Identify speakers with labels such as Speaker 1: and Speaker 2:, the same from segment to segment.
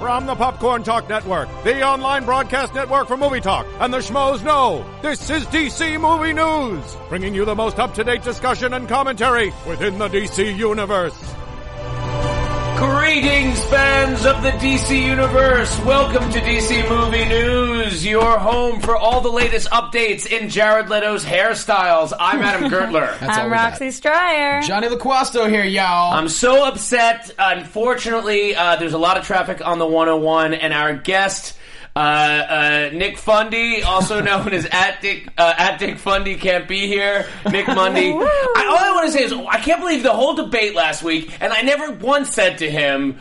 Speaker 1: From the Popcorn Talk Network, the online broadcast network for movie talk, and the schmoes know, this is DC Movie News, bringing you the most up-to-date discussion and commentary within the DC Universe.
Speaker 2: Greetings, fans of the DC Universe. Welcome to DC Movie News, your home for all the latest updates in Jared Leto's hairstyles. I'm Adam Gertler.
Speaker 3: I'm Roxy Stryer.
Speaker 4: Johnny LaQuasto here, y'all.
Speaker 2: I'm so upset. Unfortunately, uh, there's a lot of traffic on the 101, and our guest. Uh, uh, Nick Fundy, also known as at Dick, uh, at Dick Fundy, can't be here. Nick Mundy. I, all I want to say is I can't believe the whole debate last week, and I never once said to him,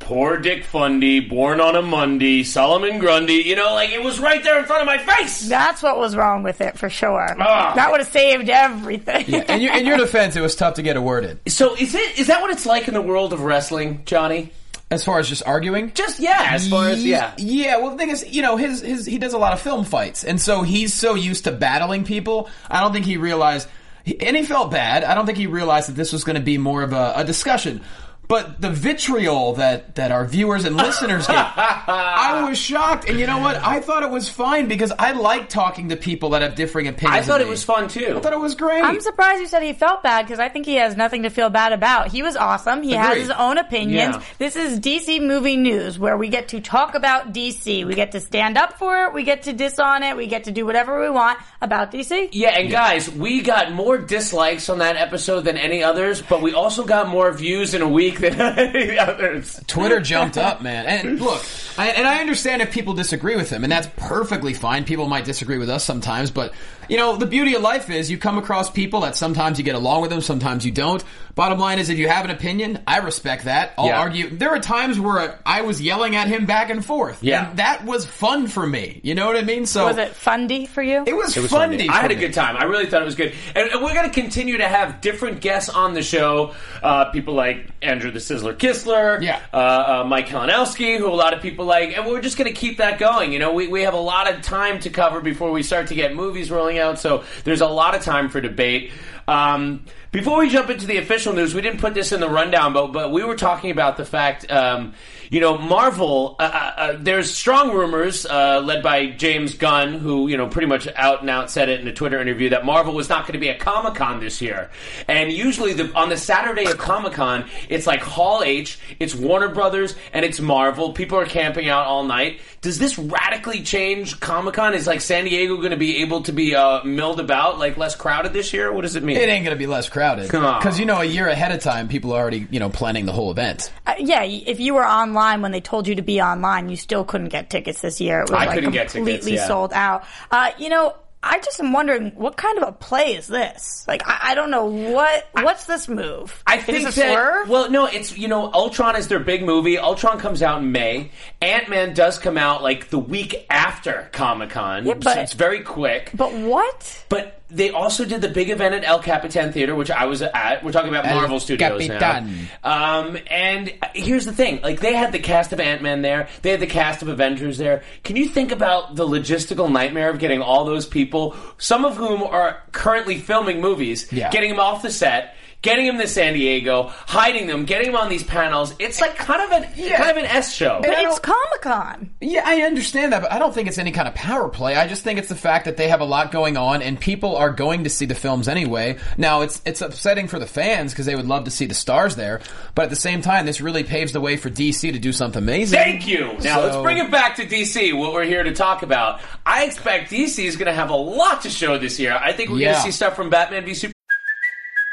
Speaker 2: "Poor Dick Fundy, born on a Monday, Solomon Grundy." You know, like it was right there in front of my face.
Speaker 3: That's what was wrong with it for sure.
Speaker 2: Ah.
Speaker 3: that would have saved everything.
Speaker 2: Um,
Speaker 4: in, your, in your defense, it was tough to get a word in.
Speaker 2: So is it is that what it's like in the world of wrestling, Johnny?
Speaker 4: As far as just arguing,
Speaker 2: Just yeah, as far as yeah.
Speaker 4: yeah. Well, the thing is, you know, his his he does a lot of film fights, and so he's so used to battling people. I don't think he realized, he- and he felt bad. I don't think he realized that this was going to be more of a, a discussion. But the vitriol that that our viewers and listeners get, I was shocked. And you know what? I thought it was fine because I like talking to people that have differing opinions.
Speaker 2: I thought
Speaker 4: than
Speaker 2: it
Speaker 4: me.
Speaker 2: was fun too.
Speaker 4: I thought it was great.
Speaker 3: I'm surprised you said he felt bad because I think he has nothing to feel bad about. He was awesome. He has
Speaker 4: Agreed.
Speaker 3: his own opinions.
Speaker 2: Yeah.
Speaker 3: This is DC movie news where we get to talk about DC. We get to stand up for it. We get to diss on it. We get to do whatever we want about DC.
Speaker 2: Yeah, and guys, we got more dislikes on that episode than any others, but we also got more views in a week than any others.
Speaker 4: Twitter jumped up, man. And look, I, and I understand if people disagree with him, and that's perfectly fine. People might disagree with us sometimes, but you know, the beauty of life is you come across people that sometimes you get along with them, sometimes you don't. Bottom line is, if you have an opinion, I respect that. I'll
Speaker 2: Yeah.
Speaker 4: argue. There are times where I was yelling at him back and forth,
Speaker 2: Yeah.
Speaker 4: and that was fun for me. You know what I mean? So
Speaker 3: Was it fundy for you?
Speaker 4: It was, fun. funny.
Speaker 2: I had a
Speaker 4: for me.
Speaker 2: good time. I really thought it was good. And and we're going to continue to have different guests on the show. Uh, people like Andrew the Sizzler Kistler,
Speaker 4: Yeah.
Speaker 2: uh, uh, Mike Kalinowski, who a lot of people like. And we're just going to keep that going. You know, we, we have a lot of time to cover before we start to get movies rolling out. So there's a lot of time for debate. Um, before we jump into the official news, we didn't put this in the rundown, but but we were talking about the fact, um, you know, Marvel. Uh, uh, uh, there's strong rumors uh, led by James Gunn, who you know pretty much out and out said it in a Twitter interview that Marvel was not going to be at Comic Con this year. And usually the, on the Saturday of Comic Con, it's like Hall H, it's Warner Brothers, and it's Marvel. People are camping out all night. Does this radically change Comic Con? Is like San Diego going to be able to be uh, milled about, like less crowded this year? What does it mean?
Speaker 4: It ain't gonna be less crowded
Speaker 2: Come on.
Speaker 4: because you know a year ahead of time, people are already you know planning the whole event.
Speaker 3: Uh, yeah, y- if you were online when they told you to be online, you still couldn't get tickets this year. It was
Speaker 2: I
Speaker 3: like
Speaker 2: couldn't get tickets,
Speaker 3: completely
Speaker 2: yeah.
Speaker 3: sold out. Uh, you know, I just am wondering what kind of a play is this? Like, I, I don't know what what's this move.
Speaker 2: I think
Speaker 3: is this a
Speaker 2: that-
Speaker 3: swerve?
Speaker 2: Well, no, it's you know, Ultron is their big movie. Ultron comes out in May. Ant Man does come out like the week after Comic Con.
Speaker 3: Yeah, but-
Speaker 2: so it's very quick.
Speaker 3: but what?
Speaker 2: But they also did the big event at El Capitan Theater, which I was at. We're talking about
Speaker 4: El
Speaker 2: Marvel Studios
Speaker 4: Capitan.
Speaker 2: now. Um, and here's the thing: like they had the cast of Ant Man there, they had the cast of Avengers there. Can you think about the logistical nightmare of getting all those people, some of whom are currently filming movies,
Speaker 4: Yeah.
Speaker 2: getting them off the set? Getting them to San Diego, hiding them, getting them on these panels. It's like kind of an kind of an S show.
Speaker 3: But it's Comic Con.
Speaker 4: Yeah, I understand that, but I don't think it's any kind of power play. I just think it's the fact that they have a lot going on, and people are going to see the films anyway. Now, it's it's upsetting for the fans because they would love to see the stars there, but at the same time, this really paves the way for DC to do something amazing.
Speaker 2: Thank you. Now let's
Speaker 4: So-
Speaker 2: bring it back to DC. What we're here to talk about. I expect DC is going to have a lot to show this year. I think we're
Speaker 4: Yeah.
Speaker 2: going to see stuff from Batman v Superman.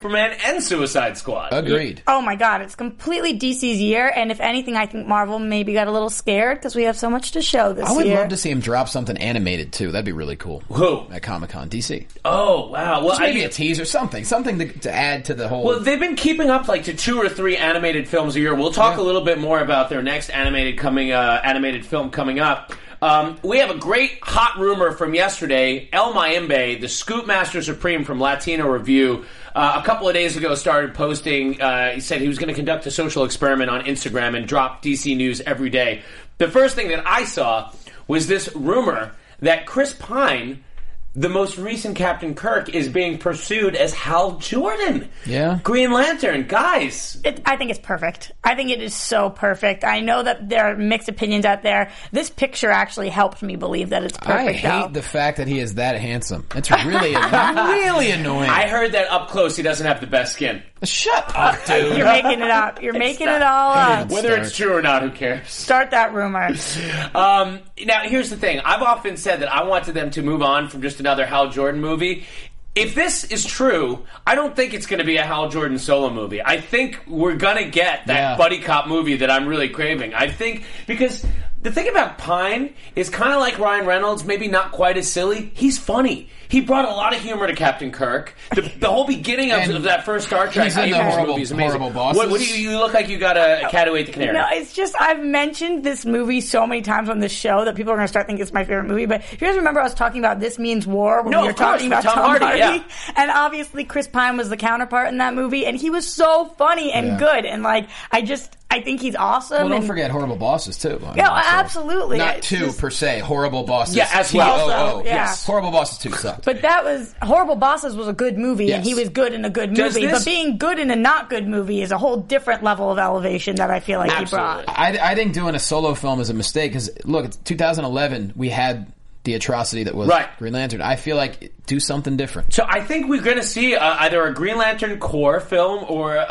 Speaker 2: Superman and Suicide Squad.
Speaker 4: Agreed.
Speaker 3: Oh my god, it's completely DC's year, and if anything, I think Marvel maybe got a little scared because we have so much to show this
Speaker 4: I would
Speaker 3: year.
Speaker 4: love to see him drop something animated too. That'd be really cool.
Speaker 2: Who?
Speaker 4: At Comic Con DC.
Speaker 2: Oh wow. Well,
Speaker 4: Just maybe
Speaker 2: I,
Speaker 4: a teaser, something, something to, to add to the whole.
Speaker 2: Well, they've been keeping up like to two or three animated films a year. We'll talk a little bit more about their next animated coming uh, animated film coming up. Um, we have a great hot rumor from yesterday. El Mayembe, the Scoop Master Supreme from Latino Review, uh, a couple of days ago started posting. Uh, he said he was going to conduct a social experiment on Instagram and drop DC news every day. The first thing that I saw was this rumor that Chris Pine, the most recent Captain Kirk, is being pursued as Hal Jordan.
Speaker 4: Yeah.
Speaker 2: Green Lantern, guys.
Speaker 3: it, I think it's perfect. I think it is so perfect. I know that there are mixed opinions out there. This picture actually helped me believe that it's perfect.
Speaker 4: I hate
Speaker 3: though.
Speaker 4: the fact that he is that handsome. It's really, really annoying.
Speaker 2: I heard that up close he doesn't have the best skin.
Speaker 4: Shut up, dude.
Speaker 3: You're making it up. You're making it all up.
Speaker 2: Whether it's true or not, who cares?
Speaker 3: Start that rumor.
Speaker 2: Um, now, here's the thing. I've often said that I wanted them to move on from just another Hal Jordan movie. If this is true, I don't think it's going to be a Hal Jordan solo movie. I think we're going to get that
Speaker 4: Yeah.
Speaker 2: buddy cop movie that I'm really craving. I think because the thing about Pine is kind of like Ryan Reynolds, maybe not quite as silly. He's funny. He brought a lot of humor to Captain Kirk. The, the whole beginning of,
Speaker 4: And
Speaker 2: of that first Star Trek
Speaker 4: he's in the
Speaker 2: Abrams
Speaker 4: horrible-
Speaker 2: movie is amazing.
Speaker 4: horrible bosses.
Speaker 2: What, what do you, you look like? You got a cat who ate the canary.
Speaker 3: No, it's just I've mentioned this movie so many times on the show that people are going to start thinking it's my favorite movie. But if you guys remember, I was talking about This Means War when
Speaker 2: No,
Speaker 3: we were
Speaker 2: of course,
Speaker 3: talking about
Speaker 2: with Tom Hardy,
Speaker 3: and obviously Chris Pine was the counterpart in that movie, and he was so funny and
Speaker 4: Yeah.
Speaker 3: good, and like I just I think he's awesome.
Speaker 4: Well, don't
Speaker 3: and-
Speaker 4: forget horrible bosses too. I mean,
Speaker 3: No,
Speaker 4: so-
Speaker 3: absolutely.
Speaker 4: Not
Speaker 3: It's
Speaker 4: two
Speaker 3: just-
Speaker 4: per se. Horrible bosses.
Speaker 2: Yeah, as well.
Speaker 4: T O O.
Speaker 3: Also, yeah.
Speaker 4: Yes. Horrible bosses two sucked.
Speaker 3: But that was horrible. Bosses was a good movie, and
Speaker 4: Yes.
Speaker 3: he was good in a good
Speaker 2: Does
Speaker 3: movie.
Speaker 2: this-
Speaker 3: But being good in a not good movie is a whole different level of elevation that I feel like he brought.
Speaker 4: I, I think doing a solo film is a mistake because look, it's 2011. We had the atrocity that was
Speaker 2: Right.
Speaker 4: Green Lantern. I feel like do something different.
Speaker 2: So I think we're going to see uh, either a Green Lantern core film or uh,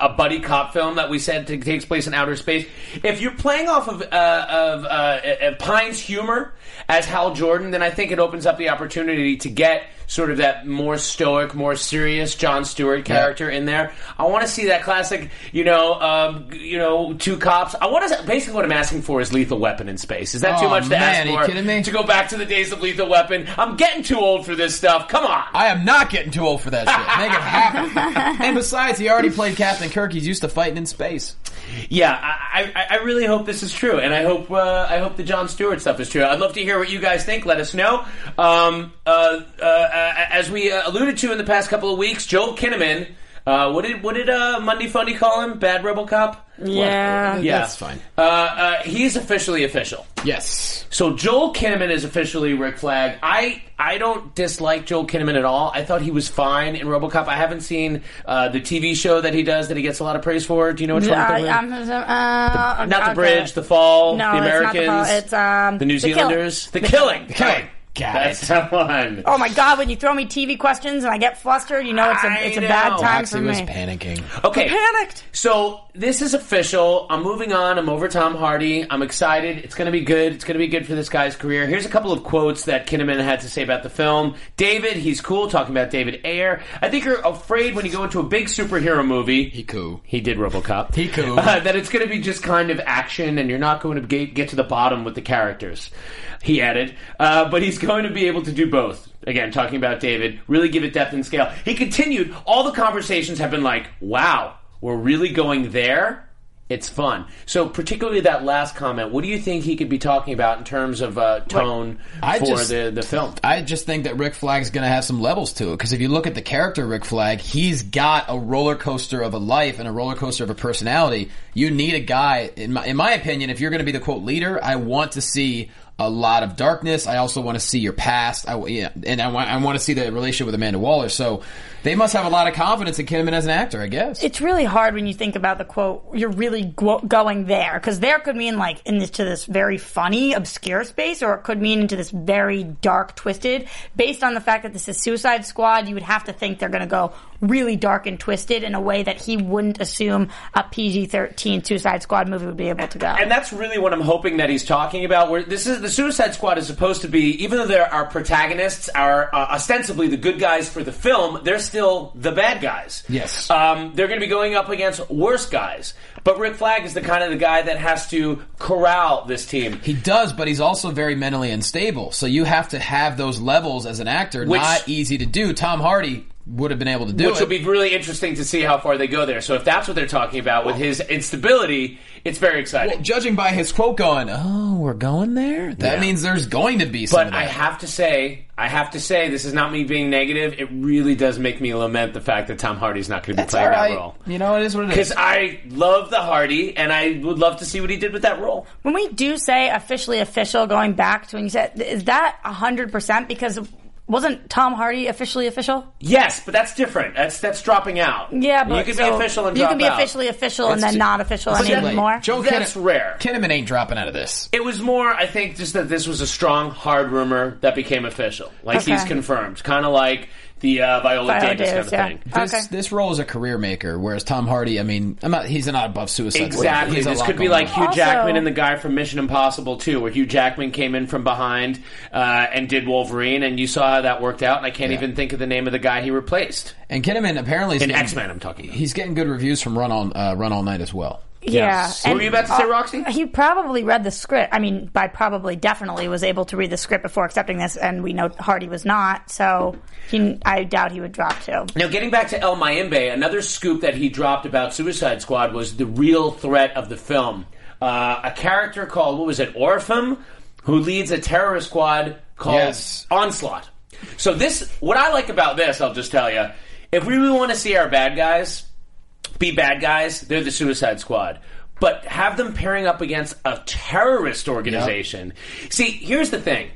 Speaker 2: a, a buddy cop film that we said t- takes place in outer space. If you're playing off of, uh, of uh, uh, Pine's humor as Hal Jordan, then I think it opens up the opportunity to get sort of that more stoic, more serious John Stewart character in there. I want to see that classic, you know, um, g- you know, two cops. I want to basically what I'm asking for is Lethal Weapon in space. Is that too
Speaker 4: Oh,
Speaker 2: much to
Speaker 4: man,
Speaker 2: ask
Speaker 4: are you
Speaker 2: for?
Speaker 4: kidding me?
Speaker 2: To go back to the days of Lethal Weapon, I'm getting too old for this stuff. Come on.
Speaker 4: I am not getting too old for that shit. Make it happen. and besides, he already played Captain Kirk. He's used to fighting in space.
Speaker 2: Yeah, I, I, I really hope this is true, and I hope uh, I hope the John Stewart stuff is true. I'd love to hear what you guys think. Let us know. Um, uh, uh, uh, as we uh, alluded to in the past couple of weeks, Joel Kinnaman. Uh, what did what did uh, Monday Funny call him? Bad Rebel Cop.
Speaker 3: Yeah.
Speaker 2: Yeah,
Speaker 4: That's fine.
Speaker 2: Uh, uh, he's officially official.
Speaker 4: Yes.
Speaker 2: So Joel Kinnaman is officially Rick Flag. I I don't dislike Joel Kinnaman at all. I thought he was fine in RoboCop. I haven't seen uh, the TV show that he does that he gets a lot of praise for. Do you know which one? I'm
Speaker 3: Uh,
Speaker 2: thinking of?
Speaker 3: I'm- uh,
Speaker 2: Not
Speaker 3: okay.
Speaker 2: the bridge, the fall,
Speaker 3: No,
Speaker 2: the
Speaker 3: it's not
Speaker 2: Americans,
Speaker 3: the fall. It's, um,
Speaker 2: the New
Speaker 3: The
Speaker 2: Zealanders, the,
Speaker 3: Killing.
Speaker 2: killing.
Speaker 4: The Killing. Got
Speaker 2: That's
Speaker 4: it.
Speaker 2: the one.
Speaker 3: Oh my god! When you throw me TV questions and I get flustered, you know it's
Speaker 2: I
Speaker 3: a it's a bad
Speaker 2: know.
Speaker 3: time
Speaker 4: He
Speaker 3: for
Speaker 4: was
Speaker 3: me.
Speaker 4: panicking.
Speaker 2: Okay,
Speaker 3: Panicked.
Speaker 2: so this is official. I'm moving on. I'm over Tom Hardy. I'm excited. It's going to be good. It's going to be good for this guy's career. Here's a couple of quotes that Kinnaman had to say about the film. David, he's cool talking about David Ayer. I think you're afraid when you go into a big superhero movie.
Speaker 4: He cool.
Speaker 2: He did RoboCop.
Speaker 4: He cool.
Speaker 2: Uh, that it's going to be just kind of action, and you're not going to get, get to the bottom with the characters. He added, uh, but he's going to be able to do both. Again, talking about David, really give it depth and scale. He continued. All the conversations have been like, "Wow, we're really going there." It's fun. So, particularly that last comment. What do you think he could be talking about in terms of uh, tone
Speaker 4: I
Speaker 2: for
Speaker 4: just-
Speaker 2: the the film?
Speaker 4: I just think that Rick Flag's going to have some levels to it because if you look at the character Rick Flag, he's got a roller coaster of a life and a roller coaster of a personality. You need a guy, in my, in my opinion, if you're going to be the quote leader, I want to see a lot of darkness. I also want to see your past. I w yeah, and I want I want to see the relationship with Amanda Waller. So They must have a lot of confidence in Kinnaman as an actor, I guess.
Speaker 3: it's really hard when you think about the quote you're really go- going there because there could mean like in this to this very funny obscure space or it could mean into this very dark twisted based on the fact that this is suicide squad you would have to think they're going to go really dark and twisted in a way that he wouldn't assume a pg-13 suicide squad movie would be able to go
Speaker 2: And that's really what I'm hoping that he's talking about. Where this is the Suicide Squad is supposed to be, even though they're our protagonists are uh, ostensibly the good guys for the film, they're still the bad guys.
Speaker 4: Yes.
Speaker 2: um, they're going to be going up against worse guys. But Rick Flag is the kind of the guy that has to corral this team.
Speaker 4: He does, but he's also very mentally unstable. So you have to have those levels as an actor.
Speaker 2: Which-
Speaker 4: Not easy to do. Tom Hardy would have been able to do
Speaker 2: which
Speaker 4: it.
Speaker 2: will be really interesting to see how far they go there. So if that's what they're talking about with his instability, it's very exciting.
Speaker 4: Well, judging by his quote going, "Oh, we're going there," that means there's going to be. Some of
Speaker 2: But I
Speaker 4: that.
Speaker 2: have to say, I have to say, this is not me being negative. It really does make me lament the fact that Tom Hardy's not going to be
Speaker 4: That's all
Speaker 2: playing
Speaker 4: right.
Speaker 2: that role.
Speaker 4: You know, it is what it
Speaker 2: Because
Speaker 4: is.
Speaker 2: I love the Hardy, and I would love to see what he did with that role.
Speaker 3: when we do say officially official going back to when you said is that 100% because wasn't tom hardy officially official
Speaker 2: Yes, but that's different. That's that's dropping out.
Speaker 3: Yeah, but
Speaker 2: you can
Speaker 3: so
Speaker 2: be official and
Speaker 3: you
Speaker 2: drop
Speaker 3: can be
Speaker 2: out.
Speaker 3: officially official and
Speaker 4: It's
Speaker 3: then
Speaker 4: too-
Speaker 3: not official
Speaker 4: it's too late.
Speaker 3: anymore.
Speaker 4: Joe
Speaker 2: That's
Speaker 4: Kinnaman-
Speaker 2: rare.
Speaker 4: Kinnaman ain't dropping out of this.
Speaker 2: It was more, I think, just that this was a strong, hard rumor that became official. Like
Speaker 3: Okay.
Speaker 2: he's confirmed, kind of like the uh, Viola,
Speaker 3: Viola
Speaker 2: Davis,
Speaker 3: Davis,
Speaker 2: kind of
Speaker 3: yeah.
Speaker 2: thing.
Speaker 4: This,
Speaker 3: Okay.
Speaker 4: this role is a career maker, whereas Tom Hardy, I mean, I'm not. He's not above suicide.
Speaker 2: Exactly.
Speaker 4: He's a
Speaker 2: This
Speaker 4: lot
Speaker 2: could be
Speaker 4: going
Speaker 2: like
Speaker 4: on.
Speaker 2: Hugh
Speaker 3: Also-
Speaker 2: Jackman and the guy from Mission Impossible too, where Hugh Jackman came in from behind uh, and did Wolverine, and you saw how that worked out. And I can't even think of the name of the guy he replaced
Speaker 4: And Kinnaman apparently is
Speaker 2: in
Speaker 4: getting-
Speaker 2: X Men. I'm talking. About.
Speaker 4: He's getting good reviews from Run on uh, Run All Night as well.
Speaker 3: Yeah. uh,
Speaker 2: Yes. What were you about to say, Roxy?
Speaker 3: He probably read the script. I mean, by probably definitely was able to read the script before accepting this, and we know Hardy was not, so he, I doubt he would drop too.
Speaker 2: Now, getting back to El Mayembe, another scoop that he dropped about Suicide Squad was the real threat of the film. Uh, a character called, what was it, Orphan, who leads a terrorist squad called
Speaker 4: Yes.
Speaker 2: Onslaught. So, this, what I like about this, I'll just tell you, if we really want to see our bad guys be bad guys, they're the Suicide Squad. But have them pairing up against a terrorist organization. See, here's the thing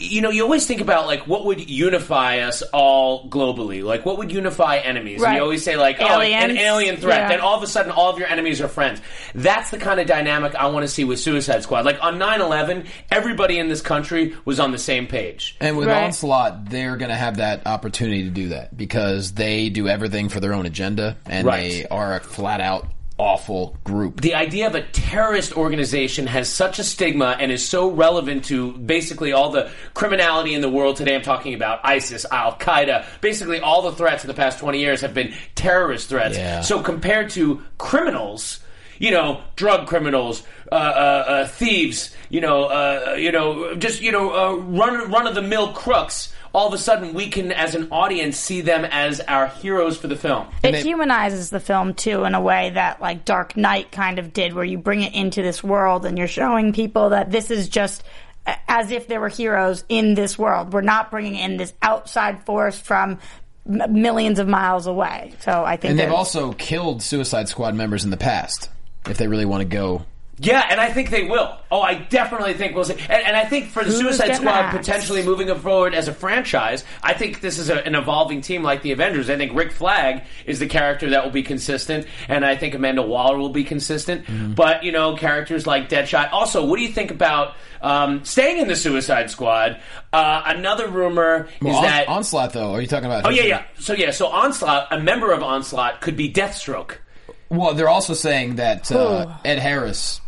Speaker 2: you know, you always think about like what would unify us all globally, like what would unify enemies. And
Speaker 3: Right.
Speaker 2: you always say like, oh, an
Speaker 3: Aliens.
Speaker 2: alien threat.
Speaker 3: Yeah.
Speaker 2: Then all of a sudden, all of your enemies are friends. That's the kind of dynamic I want to see with Suicide Squad. Like on 9-11, everybody in this country was on the same page.
Speaker 4: And with
Speaker 3: Right.
Speaker 4: Onslaught, they're going to have that opportunity to do that because they do everything for their own agenda, and
Speaker 2: Right.
Speaker 4: they are a flat out awful group.
Speaker 2: the idea of a terrorist organization has such a stigma and is so relevant to basically all the criminality in the world today. I'm talking about ISIS, Al Qaeda, basically all the threats in the past 20 years have been terrorist threats.
Speaker 4: Yeah.
Speaker 2: So compared to criminals, you know, drug criminals, uh, uh, uh, thieves, you know, uh, you know, just you know, uh, run run of the mill crooks. All of a sudden, we can, as an audience, see them as our heroes for the film.
Speaker 3: It humanizes the film too in a way that like Dark Knight kind of did, where you bring it into this world and you're showing people that this is just a- as if there were heroes in this world. We're not bringing in this outside force from m- millions of miles away. So I think
Speaker 4: and they've
Speaker 3: there's-
Speaker 4: also killed Suicide Squad members in the past. If they really want to go,
Speaker 2: Yeah, and I think they will. Oh, I definitely think we'll see. And, and I think for the
Speaker 3: Who's
Speaker 2: Suicide
Speaker 3: getting
Speaker 2: Squad
Speaker 3: axed?
Speaker 2: potentially moving forward as a franchise, I think this is a, an evolving team like the Avengers. I think Rick Flag is the character that will be consistent, and I think Amanda Waller will be consistent. But you know, characters like Deadshot. Also, what do you think about um, staying in the Suicide Squad? Uh, another rumor
Speaker 4: Well,
Speaker 2: is
Speaker 4: On-
Speaker 2: that
Speaker 4: Onslaught though? Are you talking about?
Speaker 2: oh yeah yeah so yeah so Onslaught a member of Onslaught could be Deathstroke.
Speaker 4: Well, they're also saying that uh, Ed Harris.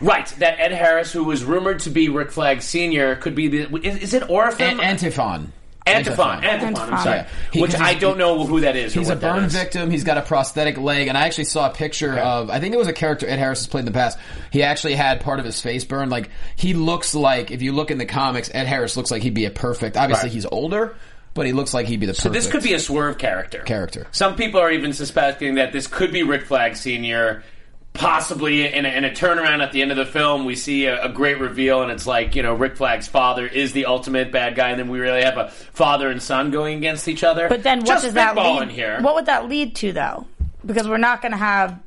Speaker 2: Right, that Ed Harris, who was rumored to be Rick Flag Sr., could be the. Is, is it Orphan?
Speaker 4: An- Antiphon.
Speaker 2: Um, Antiphon. Antiphon. I'm sorry.
Speaker 4: Yeah. He-
Speaker 2: Which
Speaker 4: 'cause
Speaker 2: I
Speaker 4: he's-
Speaker 2: don't know who that is. or
Speaker 4: He's a
Speaker 2: what that
Speaker 4: burn
Speaker 2: is.
Speaker 4: victim. He's got a prosthetic leg, and I actually saw a picture of. I think it was a character Ed Harris has played in the past. He actually had part of his face burned. Like he looks like if you look in the comics, Ed Harris looks like he'd be a perfect. Obviously,
Speaker 2: Right.
Speaker 4: he's older, but he looks like he'd be the.
Speaker 2: So this could be a swerve character.
Speaker 4: Character.
Speaker 2: Some people are even suspecting that this could be Rick Flag Sr. Possibly in a, in a turnaround at the end of the film, we see a, a great reveal, and it's like you know Rick Flag's father is the ultimate bad guy, and then we really have a father and son going against each other.
Speaker 3: But then, what
Speaker 2: Just
Speaker 3: does that
Speaker 2: spitballing
Speaker 3: lead?
Speaker 2: Here.
Speaker 3: What would that lead to, though? Because we're not going to have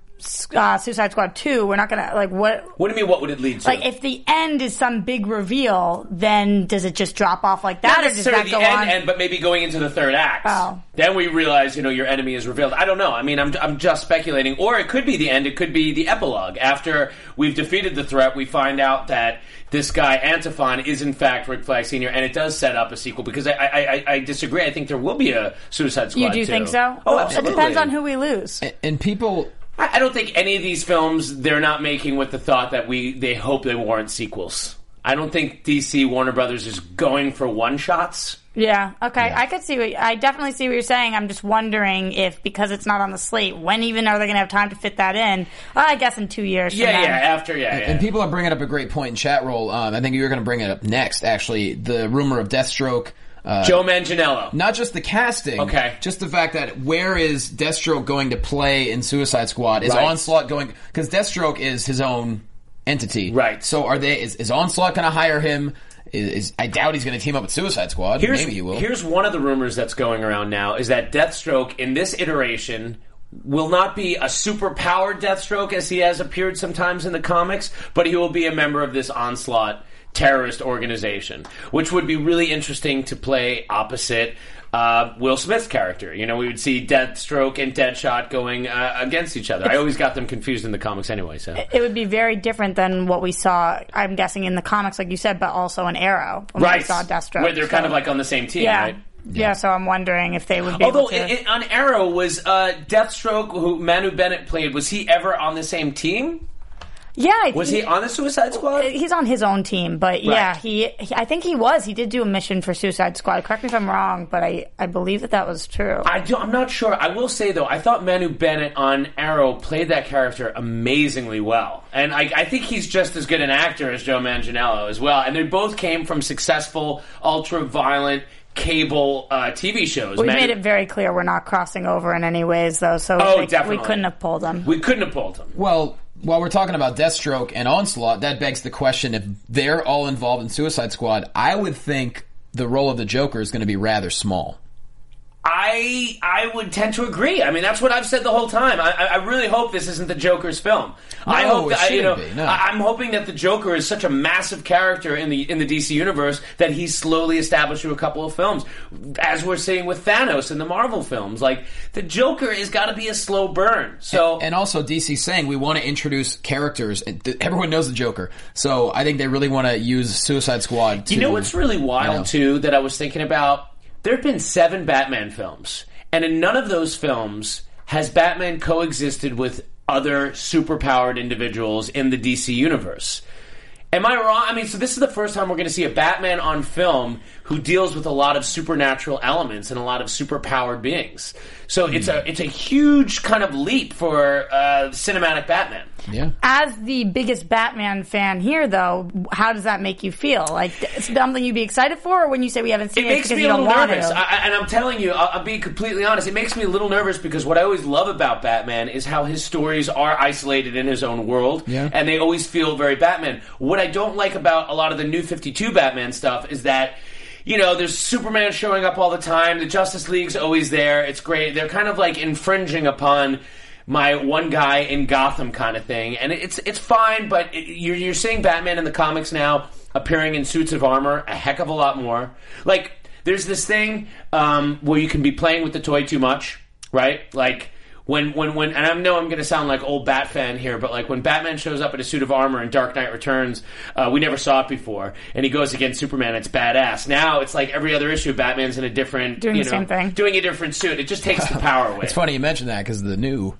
Speaker 3: uh, Suicide Squad two, we're not gonna like what
Speaker 2: What do you mean? What would it lead to?
Speaker 3: like if the end is some big reveal, then does it just drop off like that,
Speaker 2: not
Speaker 3: or does
Speaker 2: necessarily
Speaker 3: that
Speaker 2: the
Speaker 3: go
Speaker 2: end,
Speaker 3: on?
Speaker 2: end, but maybe going into the third act.
Speaker 3: Oh.
Speaker 2: Then we realize, you know, your enemy is revealed. I don't know. I mean, I'm, I'm just speculating. Or it could be the end. It could be the epilogue. After we've defeated the threat, we find out that this guy, Antiphon, is in fact Rick Flag Sr., and it does set up a sequel because I, I, I, I disagree. I think there will be a Suicide Squad.
Speaker 3: you do
Speaker 2: too.
Speaker 3: think so?
Speaker 2: Oh,
Speaker 3: Well,
Speaker 2: absolutely.
Speaker 3: It depends on who we lose.
Speaker 4: And people
Speaker 2: I, I don't think any of these films they're not making with the thought that we they hope they warrant sequels. I don't think DC Warner Brothers is going for one shots.
Speaker 3: yeah. Okay. I could see what I definitely see what you're saying. I'm just wondering if because it's not on the slate, when even are they going to have time to fit that in? Well, I guess in two years. from
Speaker 2: Yeah, yeah.
Speaker 3: then.
Speaker 2: After yeah, yeah.
Speaker 4: And people are bringing up a great point in chat roll. Um, I think you were going to bring it up next, actually. The rumor of Deathstroke. Uh,
Speaker 2: Joe Manganiello.
Speaker 4: Not just the casting.
Speaker 2: Okay.
Speaker 4: Just the fact that where is Deathstroke going to play in Suicide Squad? Is
Speaker 2: Right.
Speaker 4: Onslaught going. Because Deathstroke is his own entity.
Speaker 2: Right.
Speaker 4: So are they. Is, is Onslaught going to hire him? Is, is I doubt he's going to team up with Suicide Squad.
Speaker 2: Here's,
Speaker 4: Maybe he will.
Speaker 2: here's one of the rumors that's going around now is that Deathstroke in this iteration will not be a super powered Deathstroke as he has appeared sometimes in the comics, but he will be a member of this onslaught terrorist organization, which would be really interesting to play opposite uh, Will Smith's character. You know, we would see Deathstroke and Deadshot going uh, against each other. I always got them confused in the comics anyway. So
Speaker 3: It would be very different than what we saw. I'm guessing in the comics, like you said, but also in Arrow. When
Speaker 2: right,
Speaker 3: We saw Deathstroke.
Speaker 2: where they're kind of
Speaker 3: so-
Speaker 2: like on the same team,
Speaker 3: yeah.
Speaker 2: right?
Speaker 3: yeah. So I'm wondering if they would be.
Speaker 2: Although
Speaker 3: able to,
Speaker 2: i- i- on Arrow was uh, Deathstroke, who Manu Bennett played, was he ever on the same team?
Speaker 3: yeah, I
Speaker 2: Was he
Speaker 3: think-
Speaker 2: on the Suicide Squad?
Speaker 3: He's on his own team, but yeah, he, he. I think he was. He did do a mission for Suicide Squad. Correct me if I'm wrong, but I, I believe that that was true.
Speaker 2: I do, I'm not sure. I will say though, I thought Manu Bennett on Arrow played that character amazingly well, and I, I think he's just as good an actor as Joe Manganiello as well. And they both came from successful, ultra-violent cable uh, TV shows.
Speaker 3: we
Speaker 2: Manu-
Speaker 3: made it very clear we're not crossing over in any ways, though. So
Speaker 2: Oh,
Speaker 3: they-
Speaker 2: definitely.
Speaker 3: we couldn't have pulled him.
Speaker 2: We couldn't have pulled him.
Speaker 4: Well, while we're talking about Deathstroke and Onslaught, that begs the question if they're all involved in Suicide Squad, I would think the role of the Joker is going to be rather small.
Speaker 2: I I would tend to agree. I mean, that's what I've said the whole time. I, I I really hope this isn't the Joker's film. I
Speaker 4: No,
Speaker 2: hope
Speaker 4: it
Speaker 2: that, I- you know
Speaker 4: shouldn't be, no.
Speaker 2: I, I'm hoping that the Joker is such a massive character in the in the DC universe that he's slowly established through a couple of films, as we're seeing with Thanos in the Marvel films. Like the Joker has got to be a slow burn. So
Speaker 4: And also, DC saying we want to introduce characters. and th- Everyone knows the Joker, so I think they really want to use Suicide Squad. To,
Speaker 2: You know what's really
Speaker 4: I know.
Speaker 2: wild too that I was thinking about? There have been seven Batman films, and in none of those films has Batman coexisted with other superpowered individuals in the DC universe. Am I wrong? I mean, so this is the first time we're going to see a Batman on film who deals with a lot of supernatural elements and a lot of superpowered beings. So it's a it's a huge kind of leap for uh, cinematic Batman.
Speaker 4: Yeah.
Speaker 3: As the biggest Batman fan here, though, how does that make you feel? Like it's something you'd be excited for, or when you say we haven't seen
Speaker 2: It
Speaker 3: it,
Speaker 2: makes
Speaker 3: because
Speaker 2: me a
Speaker 3: you don't
Speaker 2: little
Speaker 3: want
Speaker 2: nervous,
Speaker 3: to?
Speaker 2: I, I- and I'm telling you, I'll, I'll be completely honest. It makes me a little nervous because what I always love about Batman is how his stories are isolated in his own world,
Speaker 4: Yeah.
Speaker 2: and they always feel very Batman. What I don't like about a lot of the new 52 Batman stuff is that. You know, there's Superman showing up all the time. The Justice League's always there. It's great. They're kind of like infringing upon my one guy in Gotham kind of thing, and it's it's fine. But it, you're you're seeing Batman in the comics now appearing in suits of armor a heck of a lot more. Like there's this thing um, where you can be playing with the toy too much, right? Like when when when and I know I'm going to sound like old Bat fan here, but like when Batman shows up in a suit of armor in Dark Knight Returns, uh, we never saw it before, and he goes against Superman. It's badass. Now it's like every other issue, Batman's in a different
Speaker 3: Doing
Speaker 2: you
Speaker 3: the
Speaker 2: know,
Speaker 3: same thing.
Speaker 2: doing a different suit. It just takes the power away.
Speaker 4: It's funny you mentioned that because the new.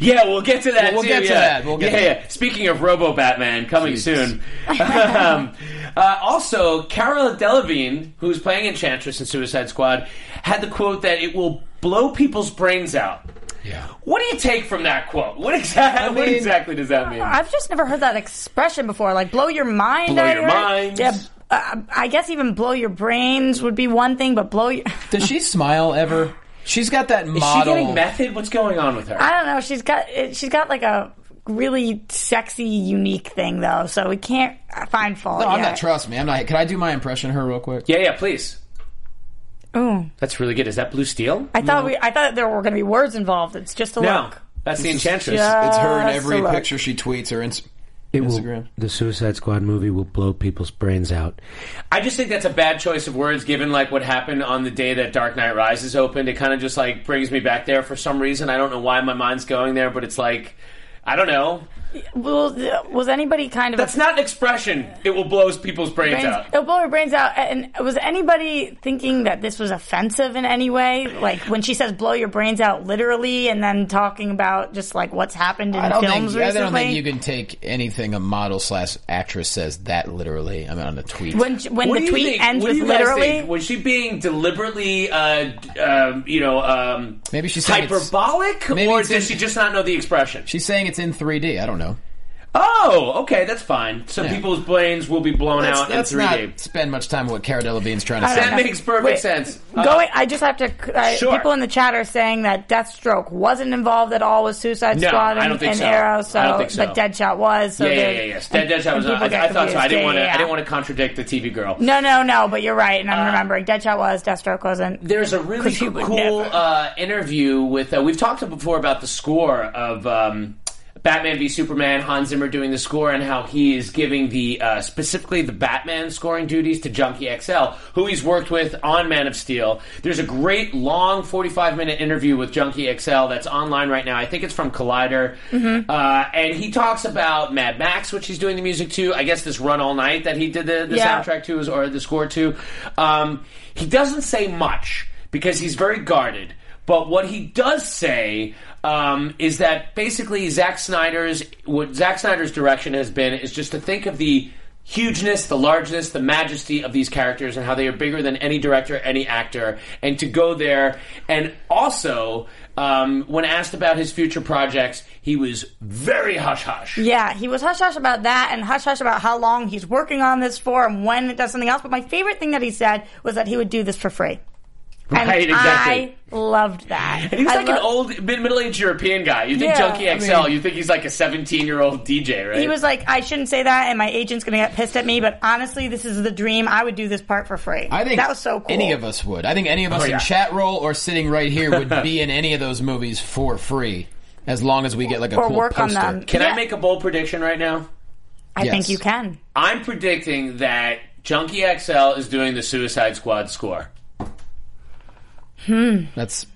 Speaker 2: Yeah, we'll get to that.
Speaker 4: We'll
Speaker 2: too,
Speaker 4: get to
Speaker 2: yeah.
Speaker 4: that, we'll get
Speaker 2: yeah,
Speaker 4: to
Speaker 2: yeah. Speaking of Robo Batman coming soon. um, uh, also, Carol Delevingne, who's playing Enchantress in Suicide Squad, had the quote that it will blow people's brains out.
Speaker 4: Yeah.
Speaker 2: What do you take from that quote? What exactly? what
Speaker 4: mean-
Speaker 2: exactly does that mean?
Speaker 3: I've just never heard that expression before. Like blow your mind.
Speaker 2: Blow
Speaker 3: I
Speaker 2: your
Speaker 3: heard.
Speaker 2: minds.
Speaker 3: Yeah. Uh, I guess even blow your brains would be one thing, but blow your.
Speaker 4: Does she smile ever? She's got that
Speaker 2: Is
Speaker 4: model.
Speaker 2: she getting method? What's going on with her?
Speaker 3: I don't know. She's got it- she's got like a really sexy, unique thing though, so we can't find fault.
Speaker 4: no, I'm
Speaker 3: yet.
Speaker 4: not. Trust me, I'm not. Can I do my impression of her real quick?
Speaker 2: yeah, yeah. Please.
Speaker 3: Ooh.
Speaker 2: That's really good. Is that Blue Steel?
Speaker 3: I thought we I thought there were going to be words involved. It's just a
Speaker 2: No.
Speaker 3: look.
Speaker 2: That's the Enchantress.
Speaker 4: It's her in
Speaker 3: Just
Speaker 4: every
Speaker 3: a look.
Speaker 4: picture she tweets or ins-
Speaker 5: It
Speaker 4: Instagram.
Speaker 5: will, the Suicide Squad movie will blow people's brains out.
Speaker 2: I just think that's a bad choice of words given like what happened on the day that Dark Knight Rises opened. It kind of just like brings me back there for some reason. I don't know why my mind's going there, but it's like I don't know.
Speaker 3: Well, th- was anybody kind of
Speaker 2: That's not an expression. It will blows people's brains,
Speaker 3: brains,
Speaker 2: out.
Speaker 3: it'll blow your brains out. And was anybody thinking that this was offensive in any way? Like when she says "blow your brains out" literally, and then talking about just like what's happened in
Speaker 4: I don't
Speaker 3: films
Speaker 4: think
Speaker 3: recently.
Speaker 4: I don't think you can take anything a model slash actress says that literally. I mean, on a tweet.
Speaker 3: when when
Speaker 2: What do
Speaker 3: the
Speaker 2: you
Speaker 3: tweet
Speaker 2: think?
Speaker 3: ends
Speaker 2: What
Speaker 3: with
Speaker 2: do you guys
Speaker 3: literally,
Speaker 2: think? was she being deliberately, uh, d- um, you know, um,
Speaker 4: Maybe she's saying it's-
Speaker 2: hyperbolic,
Speaker 4: maybe
Speaker 2: or
Speaker 4: it's
Speaker 2: does
Speaker 4: in-
Speaker 2: she just not know the expression?
Speaker 4: she's saying it's in 3D. I don't know.
Speaker 2: oh, okay, that's fine. So people's brains will be blown
Speaker 4: Let's,
Speaker 2: out
Speaker 4: let's
Speaker 2: in three D.
Speaker 4: not spend much time on what Cara Delevingne's trying to
Speaker 3: I don't
Speaker 4: say.
Speaker 2: That
Speaker 3: know.
Speaker 2: makes perfect
Speaker 3: Wait,
Speaker 2: sense. Uh,
Speaker 3: Going, I just have to. I,
Speaker 2: Sure.
Speaker 3: People in the chat are saying that Deathstroke wasn't involved at all with Suicide
Speaker 2: No,
Speaker 3: Squad
Speaker 2: I
Speaker 3: and,
Speaker 2: don't think
Speaker 3: and
Speaker 2: so.
Speaker 3: Arrow, so,
Speaker 2: I don't think so.
Speaker 3: but Deadshot was. So
Speaker 2: yeah, yeah,
Speaker 3: they-
Speaker 2: yeah, yes.
Speaker 3: and-
Speaker 2: That, that's how I was.
Speaker 3: and people
Speaker 2: I,
Speaker 3: get
Speaker 2: I thought so. I
Speaker 3: confused.
Speaker 2: didn't
Speaker 3: Yeah,
Speaker 2: want to.
Speaker 3: yeah,
Speaker 2: I
Speaker 3: yeah.
Speaker 2: didn't Uh, want to contradict the TV girl.
Speaker 3: No, no, no. But you're right, and I'm remembering. Deadshot was Deathstroke was, and
Speaker 2: There's a really
Speaker 3: 'Cause he
Speaker 2: cool
Speaker 3: would never.
Speaker 2: uh, interview with. Uh, we've talked before about the score of um, Batman v Superman. Hans Zimmer doing the score and how he is giving the uh, specifically the Batman scoring duties to Junkie XL, who he's worked with on Man of Steel. There's a great long 45 minute interview with Junkie XL that's online right now. I think it's from Collider,
Speaker 3: Mm-hmm.
Speaker 2: uh, and he talks about Mad Max, which he's doing the music to. I guess this Run All Night that he did the, the
Speaker 3: Yeah.
Speaker 2: soundtrack to is or the score to. Um, he doesn't say much because he's very guarded. But what he does say um, is that basically Zack Snyder's what Zack Snyder's direction has been is just to think of the hugeness, the largeness, the majesty of these characters and how they are bigger than any director, any actor, and to go there. And also, um, when asked about his future projects, he was very hush hush.
Speaker 3: Yeah, he was hush hush about that and hush hush about how long he's working on this for and when it does something else. But my favorite thing that he said was that he would do this for free. And
Speaker 2: Right, exactly.
Speaker 3: I loved that.
Speaker 2: And he's
Speaker 3: I
Speaker 2: like an
Speaker 3: lo-
Speaker 2: old, mid- middle-aged European guy. You think
Speaker 3: Yeah. I
Speaker 2: Junkie XL? you think he's like a 17-year-old DJ, right?
Speaker 3: He was like, I shouldn't say that, and my agent's going to get pissed at me. But honestly, this is the dream. I would do this part for free.
Speaker 4: I think
Speaker 3: that was so cool.
Speaker 4: Any of us would. I think any of us in
Speaker 2: yeah.
Speaker 4: chat roll or sitting right here would be in any of those movies for free, as long as we get like a
Speaker 3: or
Speaker 4: cool
Speaker 3: work
Speaker 4: poster.
Speaker 3: on them.
Speaker 2: Can
Speaker 3: Yeah,
Speaker 2: I make a bold prediction right now?
Speaker 3: I
Speaker 4: Yes.
Speaker 3: think you can.
Speaker 2: I'm predicting that Junkie XL is doing the Suicide Squad score.
Speaker 4: That's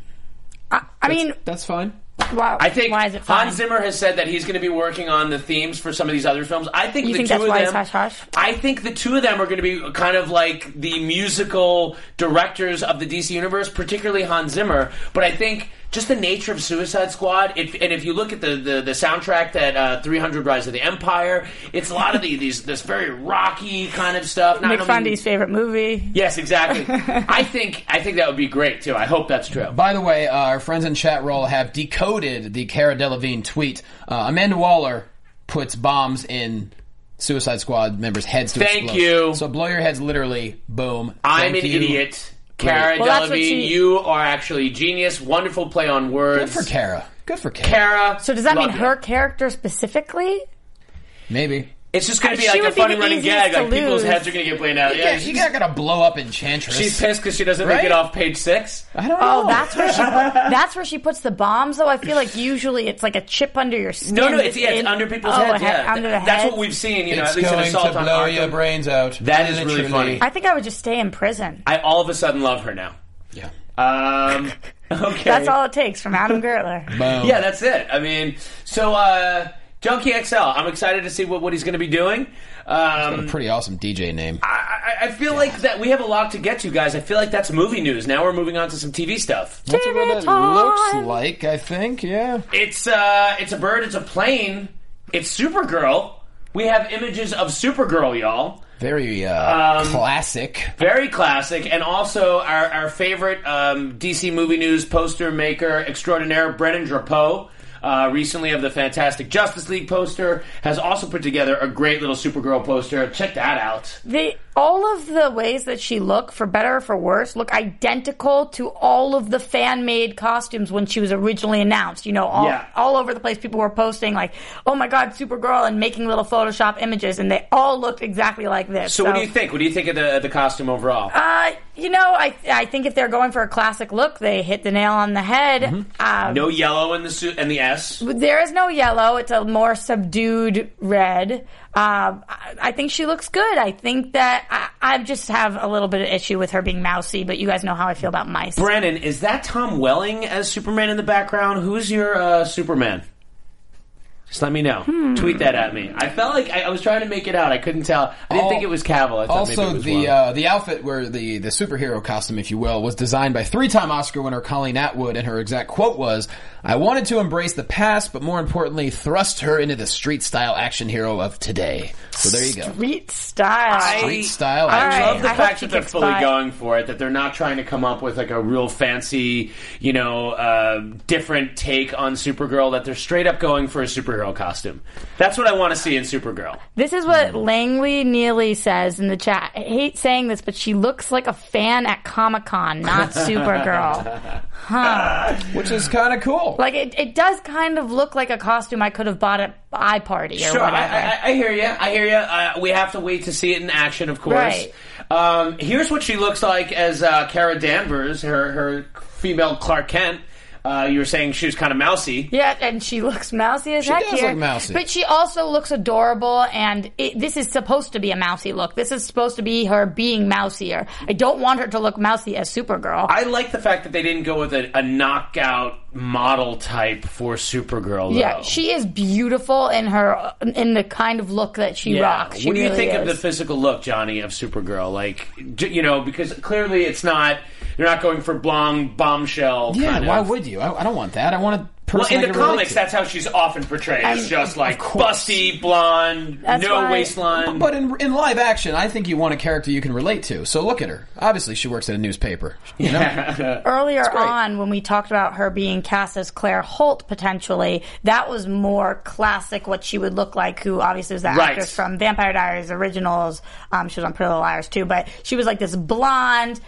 Speaker 3: I mean,
Speaker 4: that's fine.
Speaker 3: why,
Speaker 2: I think
Speaker 3: why is it fine?
Speaker 2: Hans Zimmer has said that he's going to be working on the themes for some of these other films. I think
Speaker 3: You
Speaker 2: the
Speaker 3: think
Speaker 2: two
Speaker 3: that's
Speaker 2: of
Speaker 3: why
Speaker 2: them.
Speaker 3: it's hush hush?
Speaker 2: I think the two of them are going to be kind of like the musical directors of the DC universe, particularly Hans Zimmer. But I think just the nature of Suicide Squad, if, and if you look at the the, the soundtrack that uh, 300 Rise of the Empire, it's a lot of the, these this very rocky kind of stuff. Not- I don't mean-
Speaker 3: McFundy's favorite movie.
Speaker 2: Yes, exactly. I think I think that would be great too. I hope that's true.
Speaker 4: By the way, uh, our friends in chat roll have decoded the Cara Delevingne tweet. Uh, Amanda Waller puts bombs in Suicide Squad members' heads to
Speaker 2: Thank
Speaker 4: explode.
Speaker 2: you.
Speaker 4: So blow your heads literally. Boom.
Speaker 2: I'm
Speaker 4: Thank
Speaker 2: an
Speaker 4: you.
Speaker 2: idiot. Cara
Speaker 3: Well, that's what
Speaker 2: Delevingne,
Speaker 3: she-
Speaker 2: you are actually genius. Wonderful play on
Speaker 4: Good
Speaker 2: words.
Speaker 4: for Cara. Good for Cara.
Speaker 2: Cara.
Speaker 3: So does that
Speaker 2: love
Speaker 3: mean
Speaker 2: you.
Speaker 3: her character specifically?
Speaker 4: Maybe.
Speaker 2: It's just going to be
Speaker 3: She
Speaker 2: like a
Speaker 3: would be
Speaker 2: fun
Speaker 3: the
Speaker 2: and running
Speaker 3: easiest
Speaker 2: gag.
Speaker 3: to
Speaker 2: Like people's
Speaker 3: lose.
Speaker 2: heads are going to get blown out. Yeah,
Speaker 4: Yeah, you
Speaker 2: she's,
Speaker 4: got to blow up Enchantress.
Speaker 2: she's pissed because she doesn't make
Speaker 4: Right?
Speaker 2: it off page six.
Speaker 4: I don't know.
Speaker 3: Oh, that's where she that's where she puts the bombs. Though I feel like usually it's like a chip under your skin.
Speaker 2: No, no, it's,
Speaker 3: Just
Speaker 2: yeah, it's
Speaker 3: in-
Speaker 2: under people's
Speaker 3: oh,
Speaker 2: heads.
Speaker 3: a head-
Speaker 2: yeah,
Speaker 3: under the
Speaker 2: that's
Speaker 3: heads.
Speaker 2: what we've seen. You know,
Speaker 4: it's
Speaker 2: at least in
Speaker 4: going
Speaker 2: assault
Speaker 4: to
Speaker 2: on
Speaker 4: blow
Speaker 2: Arkham.
Speaker 4: your brains out.
Speaker 2: That is really
Speaker 4: Literally.
Speaker 2: funny.
Speaker 3: I think I would just stay in prison.
Speaker 2: I all of a sudden love her now.
Speaker 4: Yeah.
Speaker 2: Um, okay,
Speaker 3: That's all it takes from Adam Gertler.
Speaker 4: Boom.
Speaker 2: Yeah, that's it. I mean, so uh, Junkie XL. I'm excited to see what, what he's going to be doing. Um,
Speaker 4: Pretty awesome DJ name.
Speaker 2: I, I- I feel like that we have a lot to get to, guys. I feel like that's movie news. Now we're moving on to some TV stuff.
Speaker 4: That's what that
Speaker 3: time.
Speaker 4: looks like, I think, yeah.
Speaker 2: It's uh, it's a bird. It's a plane. It's Supergirl. We have images of Supergirl, y'all.
Speaker 4: Very uh,
Speaker 2: Um,
Speaker 4: classic.
Speaker 2: Very classic, and also our our favorite um, DC movie news poster maker extraordinaire, Brennan Drapeau. Uh, recently, of the fantastic Justice League poster, has also put together a great little Supergirl poster. Check that out.
Speaker 3: The all of the ways that she looked, for better or for worse, look identical to all of the fan made costumes when she was originally announced. You know, all,
Speaker 2: Yeah.
Speaker 3: all over the place, people were posting, like, oh my God, Supergirl, and making little Photoshop images, and they all looked exactly like this.
Speaker 2: So, what do you think? What do you think of the the costume overall?
Speaker 3: Uh, you know, I, I think if they're going for a classic look, they hit the nail on the head.
Speaker 2: Mm-hmm.
Speaker 3: Um,
Speaker 2: no yellow in the suit and the S.
Speaker 3: there is no yellow. It's a more subdued red. Um, I, I think she looks good. I think that I, I just have a little bit of issue with her being mousy, but you guys know how I feel about mice.
Speaker 2: Brennan, is that Tom Welling as Superman in the background? Who's your uh, Superman? Just let me know.
Speaker 4: Hmm.
Speaker 2: Tweet that at me. I felt like I, I was trying to make it out. I couldn't tell. I didn't think it was Cavill. I thought maybe
Speaker 4: Also,
Speaker 2: it was
Speaker 4: the
Speaker 2: Welling.
Speaker 4: uh, the outfit where the the superhero costume, if you will, was designed by three time Oscar winner Colleen Atwood, and her exact quote was, "I wanted to embrace the past, but more importantly, thrust her into the street style action hero of today." So there you go.
Speaker 3: Street style.
Speaker 4: Street style.
Speaker 3: All
Speaker 4: I
Speaker 2: I love the
Speaker 3: hope
Speaker 2: fact
Speaker 3: she
Speaker 2: that they're
Speaker 3: kicks
Speaker 2: fully
Speaker 3: butt.
Speaker 2: going for it. That they're not trying to come up with like a real fancy, you know, uh, different take on Supergirl. That they're straight up going for a superhero costume. That's what I want to see in Supergirl.
Speaker 3: This is what Langley Neely says in the chat. I hate saying this, but she looks like a fan at Comic Con, not Supergirl. huh.
Speaker 4: Which is kind of cool.
Speaker 3: Like, it, it does kind of look like a costume I could have bought at iParty or
Speaker 2: Sure,
Speaker 3: whatever.
Speaker 2: I, I, I hear you. I hear you. Uh, we have to wait to see it in action, of course.
Speaker 3: Right.
Speaker 2: Um, here's what she looks like as uh, Kara Danvers, her her female Clark Kent. Uh, you were saying she was kind of mousy.
Speaker 3: Yeah, and she looks mousy as
Speaker 4: She
Speaker 3: heck
Speaker 4: does
Speaker 3: here.
Speaker 4: look mousy.
Speaker 3: But she also looks adorable, and it, this is supposed to be a mousy look. This is supposed to be her being mousier. I don't want her to look mousy as Supergirl.
Speaker 2: I like the fact that they didn't go with a, a knockout model type for Supergirl. Though.
Speaker 3: yeah, she is beautiful in her in the kind of look that she
Speaker 2: Yeah.
Speaker 3: rocks. She
Speaker 2: what do you
Speaker 3: really
Speaker 2: think of
Speaker 3: is.
Speaker 2: the physical look, Johnny, of Supergirl? Like, j- you know, because clearly it's not they're not going for blonde bombshell.
Speaker 4: yeah,
Speaker 2: kind
Speaker 4: why
Speaker 2: of.
Speaker 4: would you? I, I don't want that. I want a
Speaker 2: Well, in
Speaker 4: person. I
Speaker 2: the
Speaker 4: can relate
Speaker 2: comics,
Speaker 4: to.
Speaker 2: that's how she's often portrayed.
Speaker 3: I-
Speaker 2: It's just like
Speaker 4: of course.
Speaker 2: busty, blonde,
Speaker 3: That's
Speaker 2: no
Speaker 3: why-
Speaker 2: waistline.
Speaker 4: But in, in live action, I think you want a character you can relate to. So look at her. Obviously, she works at a newspaper. You know?
Speaker 3: earlier on when we talked about her being cast as Claire Holt potentially, that was more classic what she would look like, who obviously was that
Speaker 2: Right.
Speaker 3: actress from Vampire Diaries originals. Um, she was on Pretty Little Liars too, but she was like this blonde,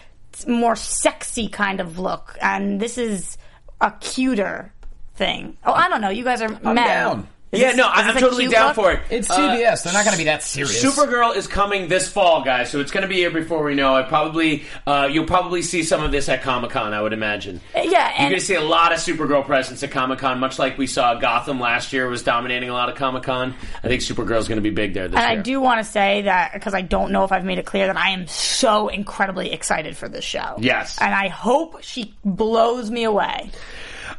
Speaker 3: more sexy kind of look, and this is a cuter thing. Oh, I don't know. You guys are
Speaker 4: I'm
Speaker 3: men.
Speaker 4: down.
Speaker 3: Is
Speaker 2: yeah,
Speaker 3: this-
Speaker 2: no,
Speaker 3: is
Speaker 2: I'm
Speaker 3: this a
Speaker 2: totally
Speaker 3: cute
Speaker 2: down
Speaker 3: look?
Speaker 2: for it.
Speaker 4: It's CBS. They're not going to be that serious.
Speaker 2: Supergirl is coming this fall, guys, so it's going to be here before we know it. Probably, uh, you'll probably see some of this at Comic Con, I would imagine.
Speaker 3: Uh, Yeah,
Speaker 2: You're
Speaker 3: and-
Speaker 2: going to see a lot of Supergirl presence at Comic Con, much like we saw Gotham last year was dominating a lot of Comic Con. I think Supergirl's going to be big there this
Speaker 3: And
Speaker 2: year.
Speaker 3: I do want to say that because I don't know if I've made it clear that I am so incredibly excited for this show.
Speaker 2: Yes.
Speaker 3: And I hope she blows me away.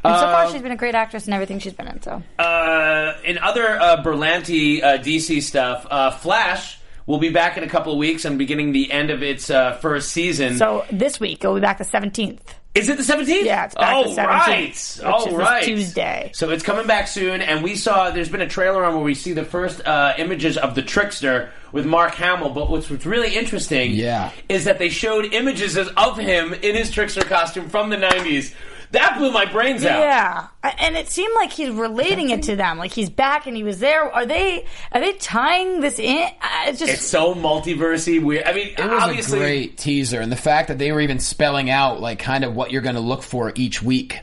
Speaker 3: And so
Speaker 2: Um,
Speaker 3: far, she's been a great actress in everything she's been in. So
Speaker 2: uh, in other uh, Berlanti uh, DC stuff, uh, Flash will be back in a couple of weeks and beginning the end of its uh, first season.
Speaker 3: so this week, it'll be back the 17th.
Speaker 2: Is it the 17th?
Speaker 3: Yeah, it's back to
Speaker 2: All
Speaker 3: 17th,
Speaker 2: right.
Speaker 3: which
Speaker 2: All
Speaker 3: is this
Speaker 2: right.
Speaker 3: Tuesday.
Speaker 2: So it's coming back soon, and we saw there's been a trailer on where we see the first uh, images of the Trickster with Mark Hamill. But what's, what's really interesting
Speaker 4: Yeah.
Speaker 2: is that they showed images of him in his Trickster costume from the 90s. That blew my brains out.
Speaker 3: Yeah. I- And it seemed like he's relating it to them. Like he's back and he was there. Are they Are they tying this in? I- It's just.
Speaker 2: It's so multiversey. Weird. I mean,
Speaker 4: It was
Speaker 2: obviously,
Speaker 4: a great teaser, and the fact that they were even spelling out like kind of what you're going to look for each week.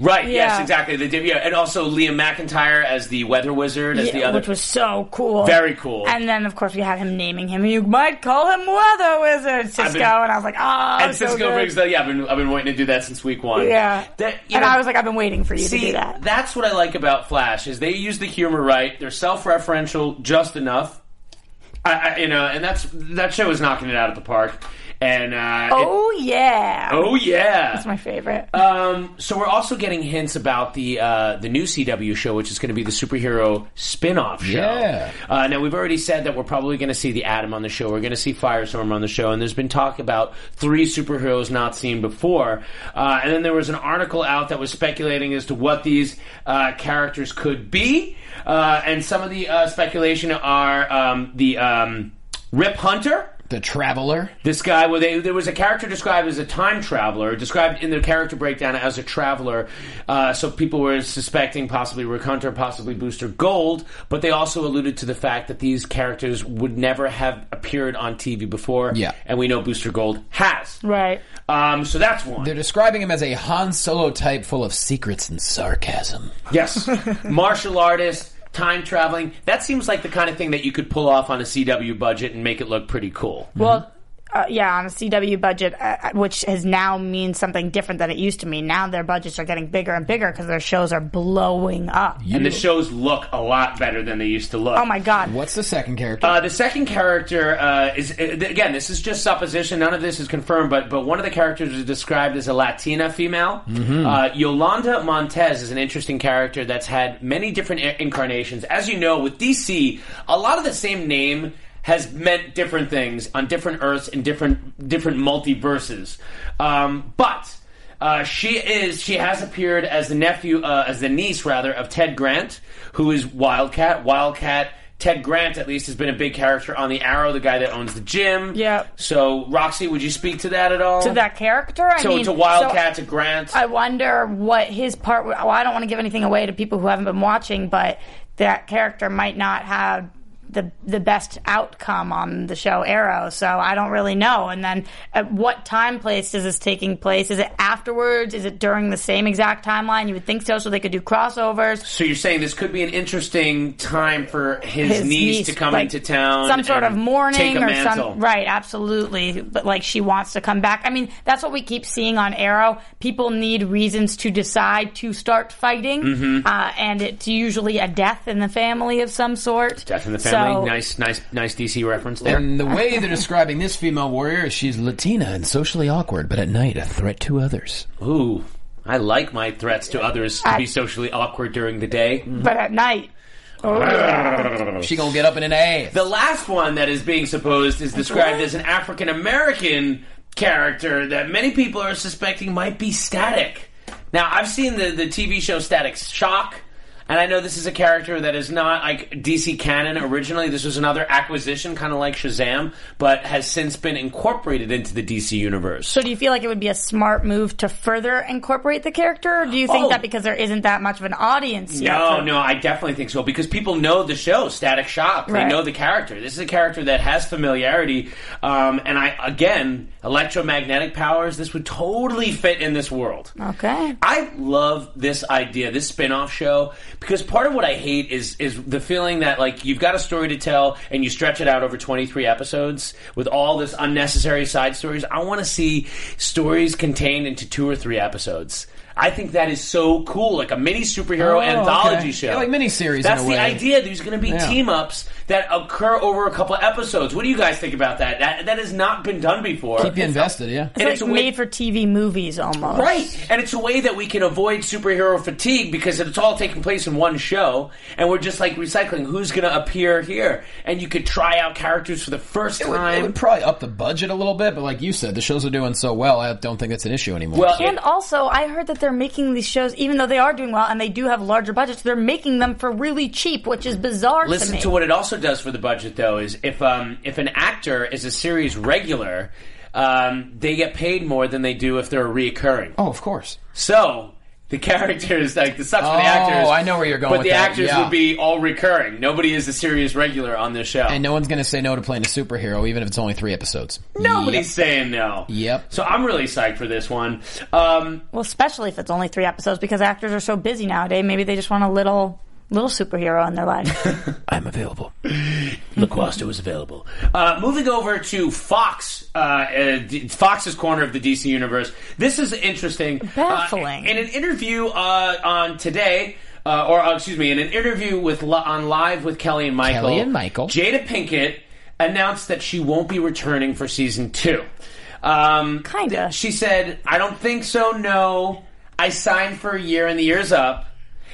Speaker 2: Right. Yes.
Speaker 3: Yeah.
Speaker 2: Exactly. They did. Yeah. And also Liam McIntyre as the Weather Wizard, as
Speaker 3: yeah,
Speaker 2: the other.
Speaker 3: which was so cool.
Speaker 2: Very cool.
Speaker 3: And then, of course, we had him naming him. You might call him Weather Wizard, Cisco.
Speaker 2: been-
Speaker 3: and I was like, oh,
Speaker 2: and
Speaker 3: so
Speaker 2: Cisco
Speaker 3: good.
Speaker 2: brings the yeah. I've been, I've been waiting to do that since week one.
Speaker 3: Yeah.
Speaker 2: That, you
Speaker 3: and
Speaker 2: know,
Speaker 3: I was like, I've been waiting for you to
Speaker 2: See,
Speaker 3: do that.
Speaker 2: that's what I like about Flash is they use the humor right. They're self-referential just enough. I, I, you know, and that's that show is knocking it out of the park. And uh, it-
Speaker 3: oh, yeah.
Speaker 2: oh yeah,
Speaker 3: That's my favorite.
Speaker 2: um, so we're also getting hints about the uh, the new CW show, which is going to be the superhero spin-off show.
Speaker 4: Yeah.
Speaker 2: Uh, now we've already said that we're probably going to see the Atom on the show. We're going to see Firestorm on the show, and there's been talk about three superheroes not seen before. Uh, and then there was an article out that was speculating as to what these uh, characters could be, uh, and some of the uh, speculation are um, the um, Rip Hunter.
Speaker 4: The Traveler.
Speaker 2: This guy, well, they, there was a character described as a time traveler, described in the character breakdown as a traveler. Uh, so people were suspecting possibly Rick Hunter, possibly Booster Gold, but they also alluded to the fact that these characters would never have appeared on TV before.
Speaker 4: Yeah.
Speaker 2: And we know Booster Gold has.
Speaker 3: Right.
Speaker 2: Um, so that's one.
Speaker 4: They're describing him as a Han Solo type full of secrets and sarcasm.
Speaker 2: Yes. Martial artist, time traveling. That seems like the kind of thing that you could pull off on a CW budget and make it look pretty cool.
Speaker 3: Well, uh, yeah, on a CW budget, uh, which has now means something different than it used to mean. Now their budgets are getting bigger and bigger because their shows are blowing up.
Speaker 2: And the shows look a lot better than they used to look.
Speaker 3: Oh my god!
Speaker 4: What's the second character?
Speaker 2: Uh, the second character uh, is uh, th- again. This is just supposition. None of this is confirmed. But but one of the characters is described as a Latina female. Uh, Yolanda Montez is an interesting character that's had many different i- incarnations. As you know, with DC, a lot of the same name has meant different things on different Earths and different different multiverses. Um, but uh, she is. She has appeared as the nephew, uh, as the niece rather, of Ted Grant, who is Wildcat. Wildcat. Ted Grant, at least, has been a big character on the Arrow, the guy that owns the gym.
Speaker 3: Yep.
Speaker 2: So, Roxy, would you speak to that at all?
Speaker 3: to that character, I
Speaker 2: So,
Speaker 3: mean,
Speaker 2: to Wildcat,
Speaker 3: so-
Speaker 2: to Grant.
Speaker 3: I wonder what his part. Well, I don't want to give anything away to people who haven't been watching, but that character might not have the the best outcome on the show Arrow. So I don't really know. And then, at what time place is this taking place? Is it afterwards? Is it during the same exact timeline? You would think so, so they could do crossovers.
Speaker 2: so, you're saying this could be an interesting time for his,
Speaker 3: His
Speaker 2: niece, to come
Speaker 3: like,
Speaker 2: into town,
Speaker 3: some sort
Speaker 2: and
Speaker 3: of mourning
Speaker 2: take a
Speaker 3: or
Speaker 2: mantle.
Speaker 3: some right, absolutely. But like she wants to come back. I mean, that's what we keep seeing on Arrow. People need reasons to decide to start fighting,
Speaker 2: Mm-hmm.
Speaker 3: uh, and it's usually a death in the family of some sort.
Speaker 2: Death in the
Speaker 3: So-
Speaker 2: family. nice, nice, nice DC reference there.
Speaker 4: And the way they're describing this female warrior is she's Latina and socially awkward, but at night a threat to others.
Speaker 2: Ooh, I like my threats to others to be socially awkward during the day.
Speaker 3: but at night. Oh, yeah.
Speaker 4: She gonna get up in an A.
Speaker 2: The last one that is being supposed is described as an African American character that many people are suspecting might be Static. Now, I've seen the, the TV show Static Shock, and I know this is a character that is not like DC canon originally. This was another acquisition, kind of like Shazam, but has since been incorporated into the DC universe.
Speaker 3: So do you feel like it would be a smart move to further incorporate the character, or do you think
Speaker 2: Oh.
Speaker 3: that because there isn't that much of an audience yet?
Speaker 2: No,
Speaker 3: for-
Speaker 2: no, I definitely think so because people know the show, Static Shock. They
Speaker 3: Right.
Speaker 2: know the character. This is a character that has familiarity, um, and I again, electromagnetic powers. This would totally fit in this world.
Speaker 3: Okay.
Speaker 2: I love this idea, this spin-off show, because part of what I hate is is the feeling that like you've got a story to tell and you stretch it out over 23 episodes with all this unnecessary side stories. I want to see stories contained into two or three episodes. I think that is so cool, like a mini superhero
Speaker 4: Oh,
Speaker 2: anthology
Speaker 4: okay.
Speaker 2: show,
Speaker 4: Yeah, like miniseries in
Speaker 2: That's
Speaker 4: a
Speaker 2: the
Speaker 4: way.
Speaker 2: idea. There's going to be
Speaker 4: Yeah.
Speaker 2: team ups that occur over a couple episodes. What do you guys think about that? That that has not been done before.
Speaker 4: Keep you invested, yeah.
Speaker 2: And
Speaker 3: It's like
Speaker 2: a way-
Speaker 3: made for TV movies almost.
Speaker 2: Right. And it's a way that we can avoid superhero fatigue because it's all taking place in one show and we're just like recycling who's going to appear here. And you could try out characters for the first
Speaker 4: It would,
Speaker 2: time.
Speaker 4: it would probably up the budget a little bit, but like you said, the shows are doing so well, I don't think it's an issue anymore.
Speaker 2: Well,
Speaker 3: And also, I heard that they're making these shows, even though they are doing well and they do have larger budgets, they're making them for really cheap, which is bizarre to
Speaker 2: Listen
Speaker 3: me.
Speaker 2: to what it also does for the budget, though, is if um, if an actor is a series regular, um, they get paid more than they do if they're reoccurring.
Speaker 4: oh, of course.
Speaker 2: So the characters, like the sucks for the
Speaker 4: Oh,
Speaker 2: actors.
Speaker 4: I know where you're going
Speaker 2: But
Speaker 4: with
Speaker 2: the
Speaker 4: that,
Speaker 2: actors
Speaker 4: yeah.
Speaker 2: would be all recurring. Nobody is a series regular on this show.
Speaker 4: And no one's gonna say no to playing a superhero, even if it's only three episodes.
Speaker 2: Nobody's saying no.
Speaker 4: Yep.
Speaker 2: So I'm really psyched for this one. Um,
Speaker 3: well, especially if it's only three episodes, because actors are so busy nowadays. Maybe they just want a little little superhero in their life.
Speaker 4: I'm available.
Speaker 2: LaQuasta was available. Uh, moving over to Fox, uh, uh, D- Fox's corner of the DC universe. This is interesting.
Speaker 3: Baffling.
Speaker 2: Uh, in an interview uh, on today. Uh, or uh, excuse me, in an interview with Li- on Live with Kelly and Michael,
Speaker 4: Kelly and Michael.
Speaker 2: Jada Pinkett announced that she won't be returning for season two. Um,
Speaker 3: Kinda.
Speaker 2: She said, "I don't think so. No, I signed for a year, and the year's up."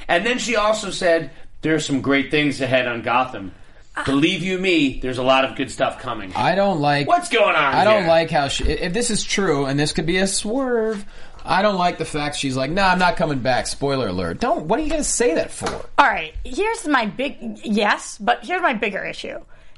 Speaker 2: And then she also said, "There are some great things ahead on Gotham.
Speaker 3: Ah.
Speaker 2: Believe you me, there's a lot of good stuff coming."
Speaker 4: I don't like
Speaker 2: What's going on
Speaker 4: I don't
Speaker 2: here?
Speaker 4: like how she. If this is true, and this could be a swerve, I don't like the fact she's like, "Nah, I'm not coming back." Spoiler alert! Don't. What are you gonna say that for?
Speaker 3: All right, here's my big yes, but here's my bigger issue.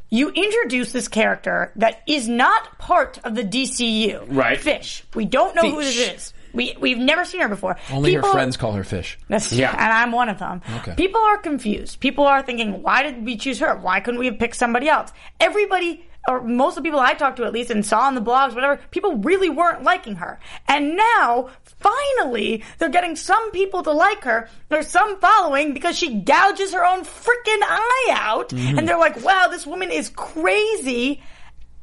Speaker 3: you introduce this character that is not part of the DCU.
Speaker 2: Right.
Speaker 3: Fish. We don't know who
Speaker 4: Fish.
Speaker 3: this is. We, we've never seen her before.
Speaker 4: Only
Speaker 3: People-
Speaker 4: her friends call her fish.
Speaker 3: That's
Speaker 2: Yeah.
Speaker 3: and I'm one of them.
Speaker 4: Okay.
Speaker 3: People are confused. People are thinking, why did we choose her? Why couldn't we have picked somebody else? Everybody, or most of the people I talked to at least and saw on the blogs, whatever, people really weren't liking her. And now, finally, they're getting some people to like her. There's some following because she gouges her own freaking eye out.
Speaker 4: Mm-hmm.
Speaker 3: And they're like, wow, this woman is crazy.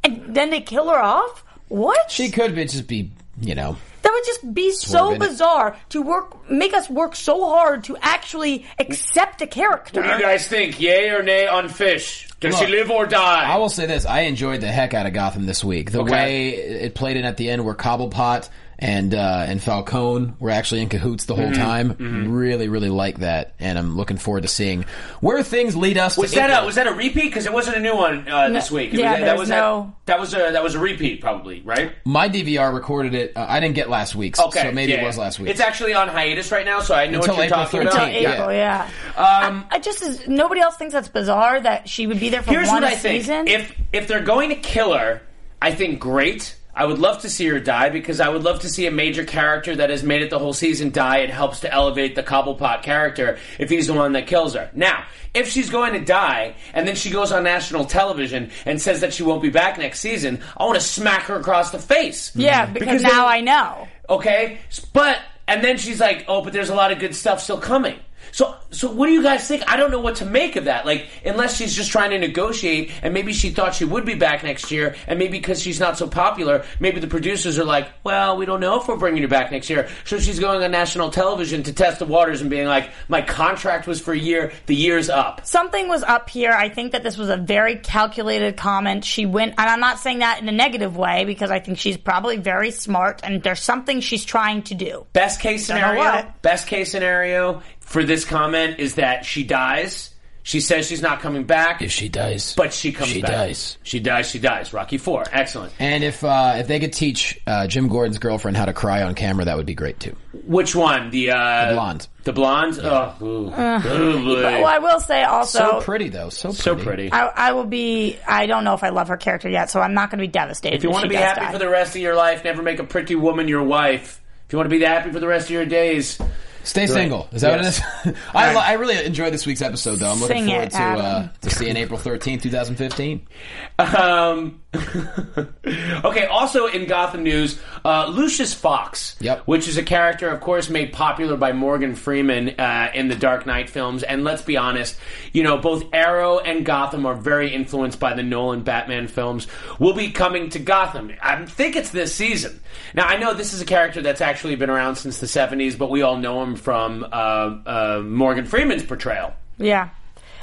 Speaker 3: And then they kill her off? What?
Speaker 4: She could be, just be, you know.
Speaker 3: That would just be so
Speaker 4: in it.
Speaker 3: bizarre to work, make us work so hard to actually accept a character.
Speaker 2: What do you guys think? Yay or nay on Fish? Does she
Speaker 4: Look,
Speaker 2: live or die?
Speaker 4: I will say this: I enjoyed the heck out of Gotham this week. The
Speaker 2: Okay.
Speaker 4: way it played in at the end, where Cobblepot and uh, and Falcone were actually in cahoots the whole
Speaker 2: Mm-hmm.
Speaker 4: time, really, really like that. And I'm looking forward to seeing where things lead us.
Speaker 2: was
Speaker 4: to
Speaker 2: that
Speaker 4: April.
Speaker 2: a was that a repeat? Because it wasn't a new one uh, this week. It
Speaker 3: yeah,
Speaker 2: was- that
Speaker 3: there's
Speaker 2: was
Speaker 3: no-
Speaker 2: that, that was a that was a repeat probably, right?
Speaker 4: my DVR recorded it? Uh, I didn't get last week's,
Speaker 2: Okay,
Speaker 4: so maybe
Speaker 2: yeah.
Speaker 4: it was last week.
Speaker 2: It's actually on hiatus right now, so I know
Speaker 4: Until
Speaker 2: what you're
Speaker 4: April
Speaker 2: talking
Speaker 4: 13th.
Speaker 3: Until
Speaker 2: about.
Speaker 4: Yeah.
Speaker 3: April, yeah. Um, I, I just is, nobody else thinks that's bizarre that she would be there for
Speaker 2: Here's
Speaker 3: one
Speaker 2: what I think.
Speaker 3: season.
Speaker 2: If if they're going to kill her, I think great. I would love to see her die because I would love to see a major character that has made it the whole season die. It helps to elevate the Cobblepot character if he's the one that kills her. Now, if she's going to die and then she goes on national television and says that she won't be back next season, I want to smack her across the face.
Speaker 3: yeah, because,
Speaker 2: then-
Speaker 3: now I know.
Speaker 2: okay? But and then she's like, "Oh, but there's a lot of good stuff still coming." So so what do you guys think? I don't know what to make of that. Like unless she's just trying to negotiate and maybe she thought she would be back next year and maybe because she's not so popular, maybe the producers are like, "Well, we don't know if we're bringing her back next year." So she's going on national television to test the waters and being like, "My contract was for a year, the year's up."
Speaker 3: Something was up here. I think that this was a very calculated comment. She went, and I'm not saying that in a negative way because I think she's probably very smart and there's something she's trying to do.
Speaker 2: Best case
Speaker 3: Don't know
Speaker 2: scenario.
Speaker 3: what.
Speaker 2: Best case scenario for this comment is that she dies. She says she's not coming back.
Speaker 4: if she dies,
Speaker 2: But she comes
Speaker 4: She
Speaker 2: back.
Speaker 4: dies.
Speaker 2: She dies. She dies. Rocky Four. Excellent.
Speaker 4: And if uh, if they could teach uh, Jim Gordon's girlfriend how to cry on camera, that would be great too.
Speaker 2: Which one? The, uh,
Speaker 4: The blonde.
Speaker 2: The blonde. Oh, ooh.
Speaker 3: Uh,
Speaker 2: Ooh, boy.
Speaker 3: Well, I will say also.
Speaker 4: So pretty though, so pretty.
Speaker 2: so pretty.
Speaker 3: I, I will be. I don't know if I love her character yet, so I'm not going to be devastated.
Speaker 2: if you want to
Speaker 3: she
Speaker 2: be
Speaker 3: does
Speaker 2: happy
Speaker 3: die.
Speaker 2: for the rest of your life, never make a pretty woman your wife. If you want to be happy for the rest of your days,
Speaker 4: Stay single. Is that
Speaker 2: Yes.
Speaker 4: what it is? I, lo- I really enjoyed this week's episode though. I'm looking
Speaker 3: Sing
Speaker 4: forward
Speaker 3: it,
Speaker 4: to uh,
Speaker 3: Adam.
Speaker 4: to seeing April 13th, 2015.
Speaker 2: Um, okay, also in Gotham News, uh, Lucius Fox,
Speaker 4: Yep.
Speaker 2: which is a character, of course, made popular by Morgan Freeman uh, in the Dark Knight films. And let's be honest, you know, both Arrow and Gotham are very influenced by the Nolan Batman films. Will be coming to Gotham. I think it's this season. Now, I know this is a character that's actually been around since the 70s, but we all know him from uh, uh, Morgan Freeman's portrayal.
Speaker 3: yeah,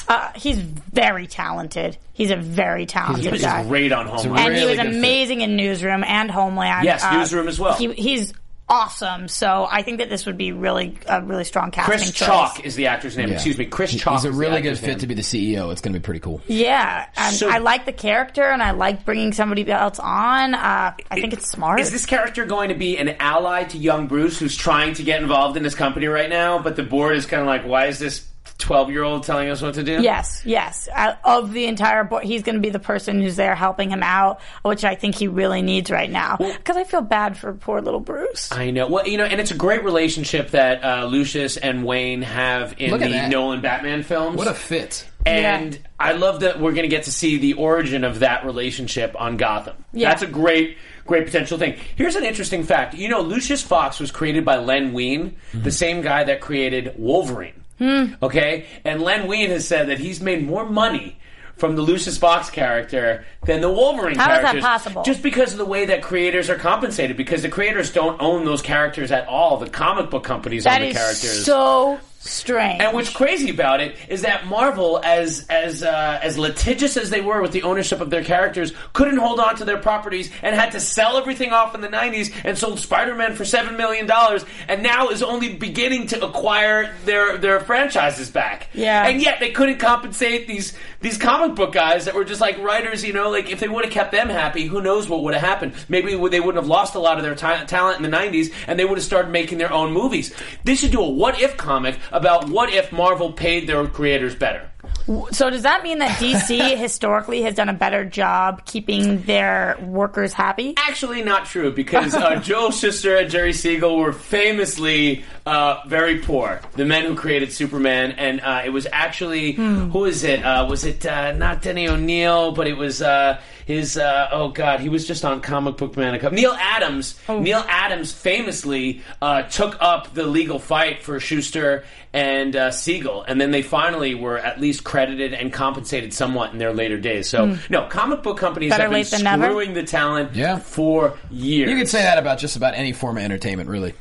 Speaker 3: uh, he's very talented. He's a very talented
Speaker 2: He's
Speaker 3: guy,
Speaker 2: great on home.
Speaker 3: and he
Speaker 4: really
Speaker 3: was
Speaker 4: good fit.
Speaker 3: amazing in Newsroom and Homeland. Uh,
Speaker 2: Yes, Newsroom as well.
Speaker 3: He, he's awesome. So I think that this would be really a really strong casting.
Speaker 2: Chris
Speaker 3: choice.
Speaker 2: Chalk is the actor's name.
Speaker 4: Yeah.
Speaker 2: Excuse me, Chris
Speaker 4: He-
Speaker 2: Chalk.
Speaker 4: He's a
Speaker 2: is the
Speaker 4: really good
Speaker 2: actor's
Speaker 4: fit
Speaker 2: name.
Speaker 4: to be the CEO. It's going to be pretty cool.
Speaker 3: Yeah, and
Speaker 2: So-
Speaker 3: I like the character, and I like bringing somebody else on. Uh, I think it's smart.
Speaker 2: Is this character going to be an ally to young Bruce, who's trying to get involved in his company right now? But the board is kind of like, why is this twelve-year-old telling us what to do?
Speaker 3: Yes, yes. Uh, of the entire board, he's going to be the person who's there helping him out, which I think he really needs right now. Because I feel bad for poor little Bruce.
Speaker 2: I know. Well, you know, and it's a great relationship that uh, Lucius and Wayne have in
Speaker 4: Look at
Speaker 2: the
Speaker 4: that.
Speaker 2: Nolan Batman films.
Speaker 4: What a fit.
Speaker 2: and
Speaker 3: Yeah.
Speaker 2: I love that we're going to get to see the origin of that relationship on Gotham.
Speaker 3: Yeah.
Speaker 2: That's a great, great potential thing. Here's an interesting fact. You know, Lucius Fox was created by Len Wein, the same guy that created Wolverine.
Speaker 3: Hmm.
Speaker 2: Okay? And Len Wein has said that he's made more money from the Lucius Fox character than the Wolverine
Speaker 3: How is that
Speaker 2: characters.
Speaker 3: possible?
Speaker 2: Just because of the way that creators are compensated, because the creators don't own those characters at all. The comic book companies own
Speaker 3: that
Speaker 2: the
Speaker 3: is
Speaker 2: characters.
Speaker 3: so strange.
Speaker 2: And what's crazy about it is that Marvel, as as uh, as litigious as they were with the ownership of their characters, couldn't hold on to their properties and had to sell everything off in the '90s and sold Spider-Man for seven million dollars, and now is only beginning to acquire their their franchises back.
Speaker 3: Yeah.
Speaker 2: and yet they couldn't compensate these these comic book guys that were just like writers. You know, like if they would have kept them happy, who knows what would have happened? Maybe they wouldn't have lost a lot of their ta- talent in the '90s, and they would have started making their own movies. They should do a what if comic about what if Marvel paid their creators better.
Speaker 3: W- So does that mean that DC historically has done a better job keeping their workers happy?
Speaker 2: Actually, not true because uh, Joel's sister and Jerry Siegel were famously uh, very poor. The men who created Superman, and uh, it was actually
Speaker 3: Hmm.
Speaker 2: who is it? Uh, was it uh, not Denny O'Neill? But it was uh, his. Uh, oh God, he was just on Comic Book Man. a couple- Neil Adams.
Speaker 3: Oh.
Speaker 2: Neil Adams famously uh, took up the legal fight for Schuster and uh, Siegel, and then they finally were at least credited and compensated somewhat in their later days. So no, comic book companies
Speaker 3: Hmm. Better
Speaker 2: have been
Speaker 3: late than never.
Speaker 2: screwing the talent
Speaker 4: Yeah.
Speaker 2: for years.
Speaker 4: You could say that about just about any form of entertainment, really.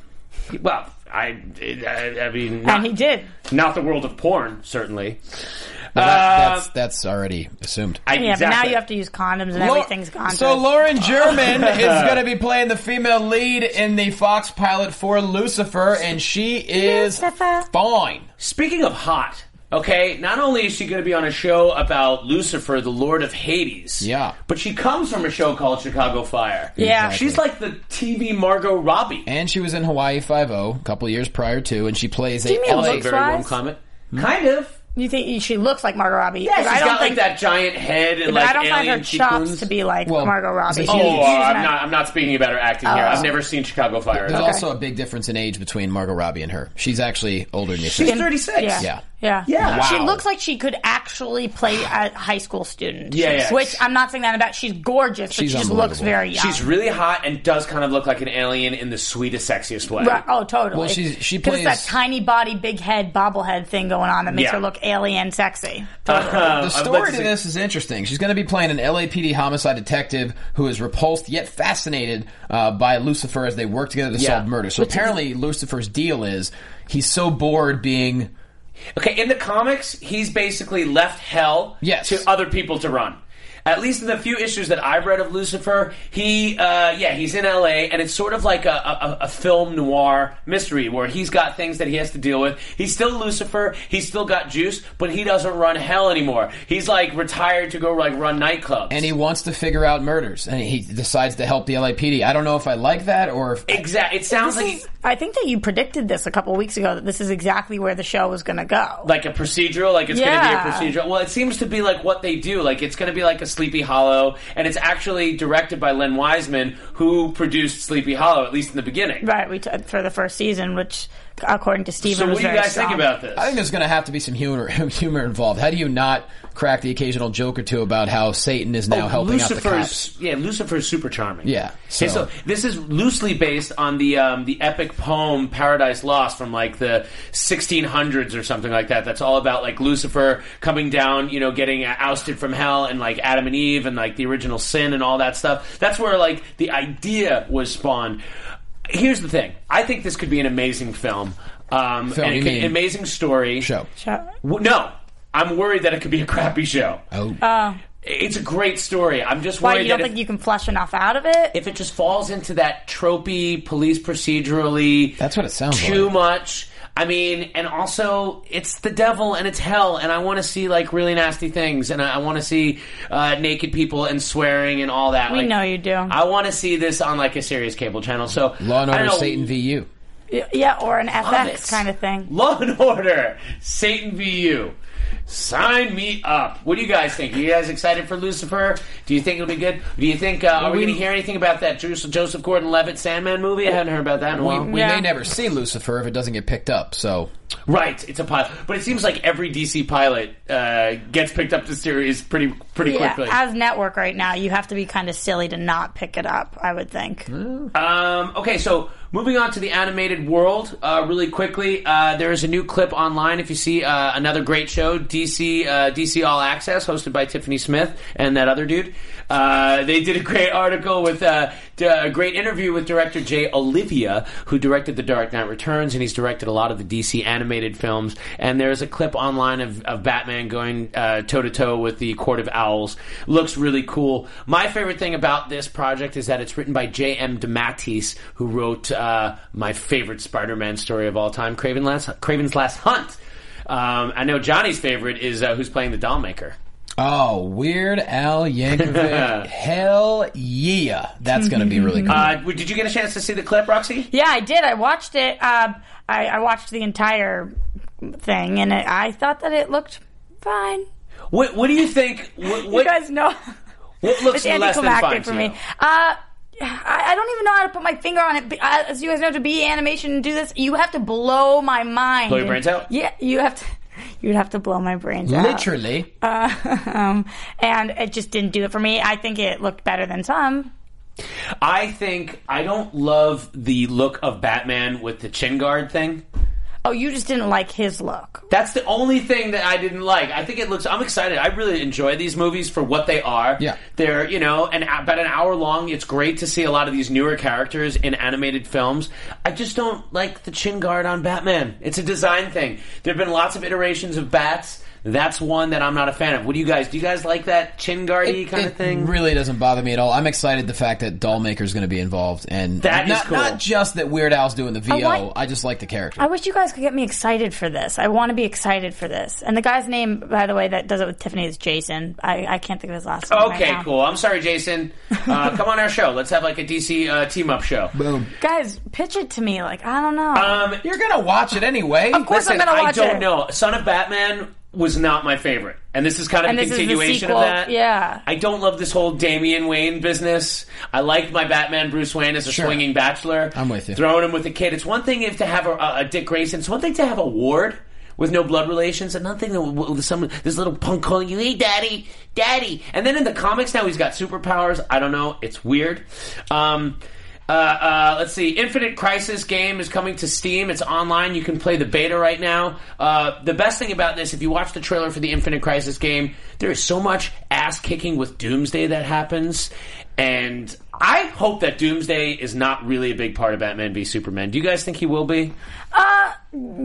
Speaker 2: Well, I, I, I mean, not,
Speaker 3: and he did.
Speaker 2: Not the world of porn, certainly.
Speaker 4: But that-
Speaker 2: Uh,
Speaker 4: that's that's already assumed.
Speaker 2: I,
Speaker 3: Yeah, but now
Speaker 2: exactly.
Speaker 3: you have to use condoms and everything's gone.
Speaker 4: So Lauren German is going to be playing the female lead in the Fox pilot for Lucifer, and she is
Speaker 3: Lucifer.
Speaker 4: fine.
Speaker 2: Speaking of hot, okay, not only is she going to be on a show about Lucifer, the Lord of Hades,
Speaker 4: Yeah.
Speaker 2: but she comes from a show called Chicago Fire.
Speaker 3: Yeah. Exactly.
Speaker 2: she's like the TV Margot Robbie.
Speaker 4: And she was in Hawaii Five O a couple years prior to, and she plays a
Speaker 3: you mean
Speaker 4: LA.
Speaker 3: looks
Speaker 2: very warm
Speaker 3: wise?
Speaker 2: comment.
Speaker 4: Hmm?
Speaker 2: Kind of.
Speaker 3: you think she looks like Margot Robbie?
Speaker 2: Yeah, she's
Speaker 3: I don't
Speaker 2: got
Speaker 3: think
Speaker 2: like that giant head and
Speaker 3: But
Speaker 2: like
Speaker 3: I don't find
Speaker 2: alien
Speaker 3: her
Speaker 2: cheekbones.
Speaker 3: chops to be like
Speaker 4: Well,
Speaker 3: Margot
Speaker 4: it's
Speaker 3: Robbie.
Speaker 4: a huge-
Speaker 2: Oh,
Speaker 3: She's
Speaker 2: I'm
Speaker 3: not- Oh.
Speaker 2: not. I'm not speaking about her acting here. I've never seen Chicago Fire.
Speaker 4: There's also a big difference in age between Margot Robbie and her. She's actually older than you
Speaker 2: She's
Speaker 4: think.
Speaker 2: 36.
Speaker 3: Yeah.
Speaker 4: Yeah.
Speaker 3: Yeah.
Speaker 2: Yeah.
Speaker 3: She
Speaker 2: Wow.
Speaker 3: looks like she could actually play a high school student.
Speaker 2: Yeah, yeah.
Speaker 3: Which I'm not saying that about. She's gorgeous, but
Speaker 4: She's
Speaker 3: she just looks
Speaker 4: unbelievable.
Speaker 3: very young.
Speaker 2: She's really hot and does kind of look like an alien in the sweetest, sexiest way.
Speaker 3: Right. Oh, totally.
Speaker 4: Well, she's- she
Speaker 3: 'Cause it's
Speaker 4: plays-
Speaker 3: that tiny body, big head, bobblehead thing going on that makes
Speaker 2: Yeah.
Speaker 3: her look alien sexy.
Speaker 2: Um,
Speaker 4: The story to this is interesting. She's going to be playing an LAPD homicide detective who is repulsed yet fascinated uh, by Lucifer as they work together to
Speaker 2: Yeah.
Speaker 4: solve murder. So apparently, Lucifer's deal is he's so bored being
Speaker 2: Okay, in the comics, he's basically left hell
Speaker 4: Yes.
Speaker 2: to other people to run. At least in the few issues that I've read of Lucifer, he, uh, yeah, he's in LA, and it's sort of like a, a, a film noir mystery where he's got things that he has to deal with. He's still Lucifer, he's still got juice, but he doesn't run hell anymore. He's like retired to go like run nightclubs.
Speaker 4: and he wants to figure out murders and he decides to help the LAPD. I don't know if I like that or if
Speaker 2: exactly. It sounds
Speaker 3: This
Speaker 2: like
Speaker 3: is- I think that you predicted this a couple weeks ago that this is exactly where the show was going to go.
Speaker 2: like a procedural like it's
Speaker 3: Yeah.
Speaker 2: going to be a procedural well it seems to be like what they do like it's going to be like a sleepy hollow and it's actually directed by len wiseman who produced sleepy hollow at least in the beginning
Speaker 3: right, we t- for the first season, which according to Steven,
Speaker 2: so
Speaker 3: was
Speaker 2: what do you
Speaker 3: very
Speaker 2: guys think
Speaker 3: strong.
Speaker 2: about this
Speaker 4: I think there's going to have to be some humor humor involved. How do you not crack the occasional joke or two about how Satan is now helping out the cops?
Speaker 2: Oh, Lucifer's yeah, Lucifer's super charming.
Speaker 4: Yeah,
Speaker 2: so.
Speaker 4: so-
Speaker 2: this is loosely based on the um, the epic poem Paradise Lost from like the 1600s or something like that. That's all about like Lucifer coming down, you know, getting ousted from hell and like Adam and Eve and like the original sin and all that stuff. That's where like the idea was spawned. Here's the thing: I think this could be an amazing film. Um,
Speaker 4: Film,
Speaker 2: and it
Speaker 4: you
Speaker 2: could-
Speaker 4: mean-
Speaker 2: amazing story.
Speaker 4: Show.
Speaker 3: Show-
Speaker 2: W- No, I'm worried that it could be a crappy show.
Speaker 4: Oh.
Speaker 2: It's a great story. I'm just
Speaker 3: Why
Speaker 2: worried
Speaker 3: you don't
Speaker 2: that
Speaker 3: think
Speaker 2: if,
Speaker 3: you can flush enough out of it?
Speaker 2: if it just falls into that tropey police procedurally,
Speaker 4: That's what it sounds
Speaker 2: too
Speaker 4: like.
Speaker 2: much. I mean, and also it's the devil and it's hell, and I want to see like really nasty things, and I, I want to see uh, naked people and swearing and all that.
Speaker 3: We
Speaker 2: Like,
Speaker 3: know you do.
Speaker 2: I want to see this on like a serious cable channel. So
Speaker 4: Law and
Speaker 2: I don't
Speaker 4: Order
Speaker 2: know.
Speaker 4: Satan VU.
Speaker 3: yeah, or an
Speaker 2: Love
Speaker 3: FX
Speaker 2: it.
Speaker 3: kind of thing.
Speaker 2: Law and Order, Satan VU. Sign me up. What do you guys think? Are you guys excited for Lucifer? Do you think it'll be good? Do you think uh, are we,
Speaker 4: we-
Speaker 2: going to hear anything about that Jus- Joseph Gordon-Levitt Sandman movie? I haven't heard about that in a while.
Speaker 4: We
Speaker 3: Yeah.
Speaker 4: may never see Lucifer if it doesn't get picked up. So
Speaker 2: right, it's a pilot, but it seems like every DC pilot uh, gets picked up to series pretty pretty
Speaker 3: Yeah,
Speaker 2: quickly.
Speaker 3: as network right now, you have to be kind of silly to not pick it up. I would think.
Speaker 2: Um, okay, so moving on to the animated world, uh, really quickly, uh, there is a new clip online. If you see uh, another great show, DC uh, DC All Access, hosted by Tiffany Smith and that other dude, uh, they did a great article with uh, d- a great interview with director Jay Olivia, who directed The Dark Knight Returns, and he's directed a lot of the DC animated films. And there's a clip online of, of Batman going toe to toe with the Court of Owls. Looks really cool. My favorite thing about this project is that it's written by J.M. DeMatteis, who wrote uh, my favorite Spider-Man story of all time, Craven Last, Craven's Last Hunt. Um, I know Johnny's favorite is uh, who's playing the Dollmaker.
Speaker 4: Oh, Weird Al Yankovic. Hell yeah. That's going to be really cool.
Speaker 2: Uh, did you get a chance to see the clip, Roxy?
Speaker 3: Yeah, I did. I watched it. Um, I, I watched the entire thing, and it, I thought that it looked fine.
Speaker 2: What What do you think? What, what,
Speaker 3: you guys know.
Speaker 2: what looks
Speaker 3: it's
Speaker 2: less than fine
Speaker 3: anticlimactic
Speaker 2: to
Speaker 3: for me.
Speaker 2: you?
Speaker 3: Uh, I, I don't even know how to put my finger on it. But I- As you guys know, to be animation and do this, you have to blow my mind.
Speaker 2: Blow your brains out?
Speaker 3: Yeah, you have to. You'd have to blow my brains out.
Speaker 4: Literally.
Speaker 3: Uh, um, and it just didn't do it for me. I think it looked better than some.
Speaker 2: I think I don't love the look of Batman with the chin guard thing.
Speaker 3: Oh, you just didn't like his look.
Speaker 2: That's the only thing that I didn't like. I think it looks. I'm excited. I really enjoy these movies for what they are.
Speaker 4: Yeah.
Speaker 2: they're you know, and about an hour long. It's great to see a lot of these newer characters in animated films. I just don't like the chin guard on Batman. It's a design thing. There have been lots of iterations of bats. That's one that I'm not a fan of. What do you guys? Do you guys like that chin guardy
Speaker 4: It-
Speaker 2: kind
Speaker 4: it
Speaker 2: of thing?
Speaker 4: really doesn't bother me at all. I'm excited the fact that Dollmaker is going to be involved, and
Speaker 2: That is
Speaker 4: not,
Speaker 2: cool.
Speaker 4: not just that Weird Al's doing the VO. I,
Speaker 3: want-
Speaker 4: just like the character.
Speaker 3: I wish you guys could get me excited for this. I want to be excited for this. And the guy's name, by the way, that does it with Tiffany is Jason. I, I can't think of his last name. right
Speaker 2: Okay,
Speaker 3: now.
Speaker 2: cool. I'm sorry, Jason. Uh, come on our show. Let's have like a DC uh, team up show.
Speaker 3: Guys, pitch it to me. Like, I don't know.
Speaker 2: Um,
Speaker 4: You're going to watch it anyway.
Speaker 3: of course
Speaker 2: Listen,
Speaker 3: I'm going to watch
Speaker 2: I don't
Speaker 3: it.
Speaker 2: know. Son of Batman was not my favorite, and this is kind of
Speaker 3: And
Speaker 2: a
Speaker 3: this is the
Speaker 2: continuation
Speaker 3: sequel,
Speaker 2: of that.
Speaker 3: yeah.
Speaker 2: I don't love this whole Damian Wayne business. I liked my Batman Bruce Wayne as a
Speaker 4: Sure.
Speaker 2: swinging bachelor.
Speaker 4: I'm with you.
Speaker 2: Throwing him with a kid. It's one thing if to have a, a, a Dick Grayson. It's one thing to have a Ward. With no blood relations, another thing that w- w- some this little punk calling you, "Hey, daddy, daddy," and then in the comics now he's got superpowers. I don't know; it's weird. Um, uh, uh, let's see. Infinite Crisis game is coming to Steam. It's online. You can play the beta right now. Uh, the best thing about this, if you watch the trailer for the Infinite Crisis game, there is so much ass kicking with Doomsday that happens. And I hope that Doomsday is not really a big part of Batman v Superman. Do you guys think he will be?
Speaker 3: Uh,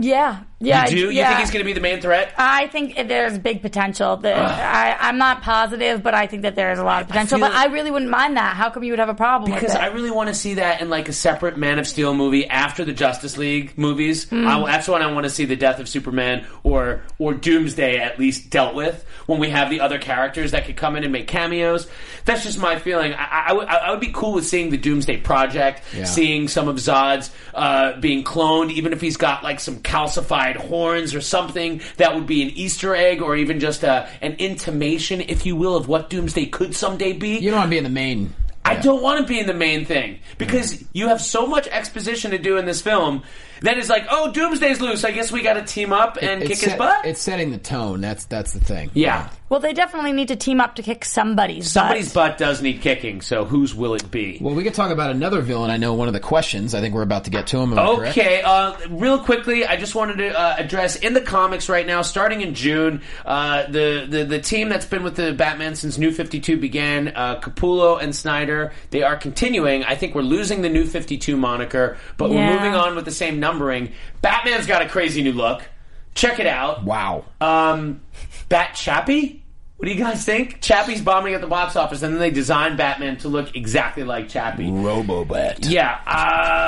Speaker 3: yeah. Yeah. I-
Speaker 2: Do you
Speaker 3: Uh, yeah.
Speaker 2: think he's going to be the main threat?
Speaker 3: I think there's big potential. There- I, I'm not positive, but I think that there is a lot of potential.
Speaker 2: feel
Speaker 3: but
Speaker 2: like-
Speaker 3: I really wouldn't mind that. How come you would have a problem
Speaker 2: Because
Speaker 3: with it?
Speaker 2: I really want to see that in like a separate Man of Steel movie after the Justice League movies. I, that's when I want to see the death of Superman or or Doomsday at least dealt with. When we have the other characters that could come in and make cameos, that's just my feeling. I, I- I would- I would be cool with seeing the Doomsday Project,
Speaker 4: Yeah.
Speaker 2: seeing some of Zod's uh, being cloned, even if he's got like some calcified horns or something. That would be an Easter egg or even just a, an intimation, if you will, of what Doomsday could someday be.
Speaker 4: you don't want to be in the main.
Speaker 2: I don't want to be in the main thing because you have so much exposition to do in this film that is like, oh, Doomsday's loose. I guess we got to team up and
Speaker 4: it's
Speaker 2: kick his
Speaker 4: set-
Speaker 2: butt.
Speaker 4: It's setting the tone. That's that's the thing.
Speaker 2: yeah.
Speaker 3: well, they definitely need to team up to kick somebody's
Speaker 2: Somebody's
Speaker 3: butt.
Speaker 2: butt does need kicking, so whose will it be?
Speaker 4: Well, we could talk about another villain. I know one of the questions. I think we're about to get to him. am I correct?
Speaker 2: Okay, uh, real quickly, I just wanted to uh, address in the comics right now, starting in June, uh, the, the the team that's been with the Batman since New Fifty Two began, uh, Capullo and Snyder, they are continuing. I think we're losing the New Fifty Two moniker, but
Speaker 3: Yeah.
Speaker 2: we're moving on with the same numbering. Batman's got a crazy new look. Check it out.
Speaker 4: Wow.
Speaker 2: Um, Bat Chappie? What do you guys think? Chappie's bombing at the box office, and then they designed Batman to look exactly like Chappie.
Speaker 4: Robobat.
Speaker 2: Yeah.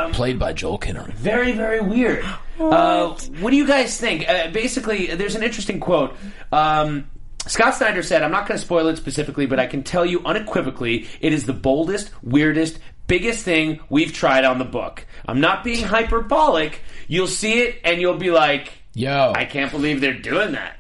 Speaker 2: Um,
Speaker 4: Played by Joel Kinnaman.
Speaker 2: very very weird uh, what do you guys think uh, basically there's an interesting quote um, scott snyder said i'm not going to spoil it specifically but i can tell you unequivocally it is the boldest weirdest biggest thing we've tried on the book i'm not being hyperbolic you'll see it and you'll be like
Speaker 4: Yo.
Speaker 2: i can't believe they're doing that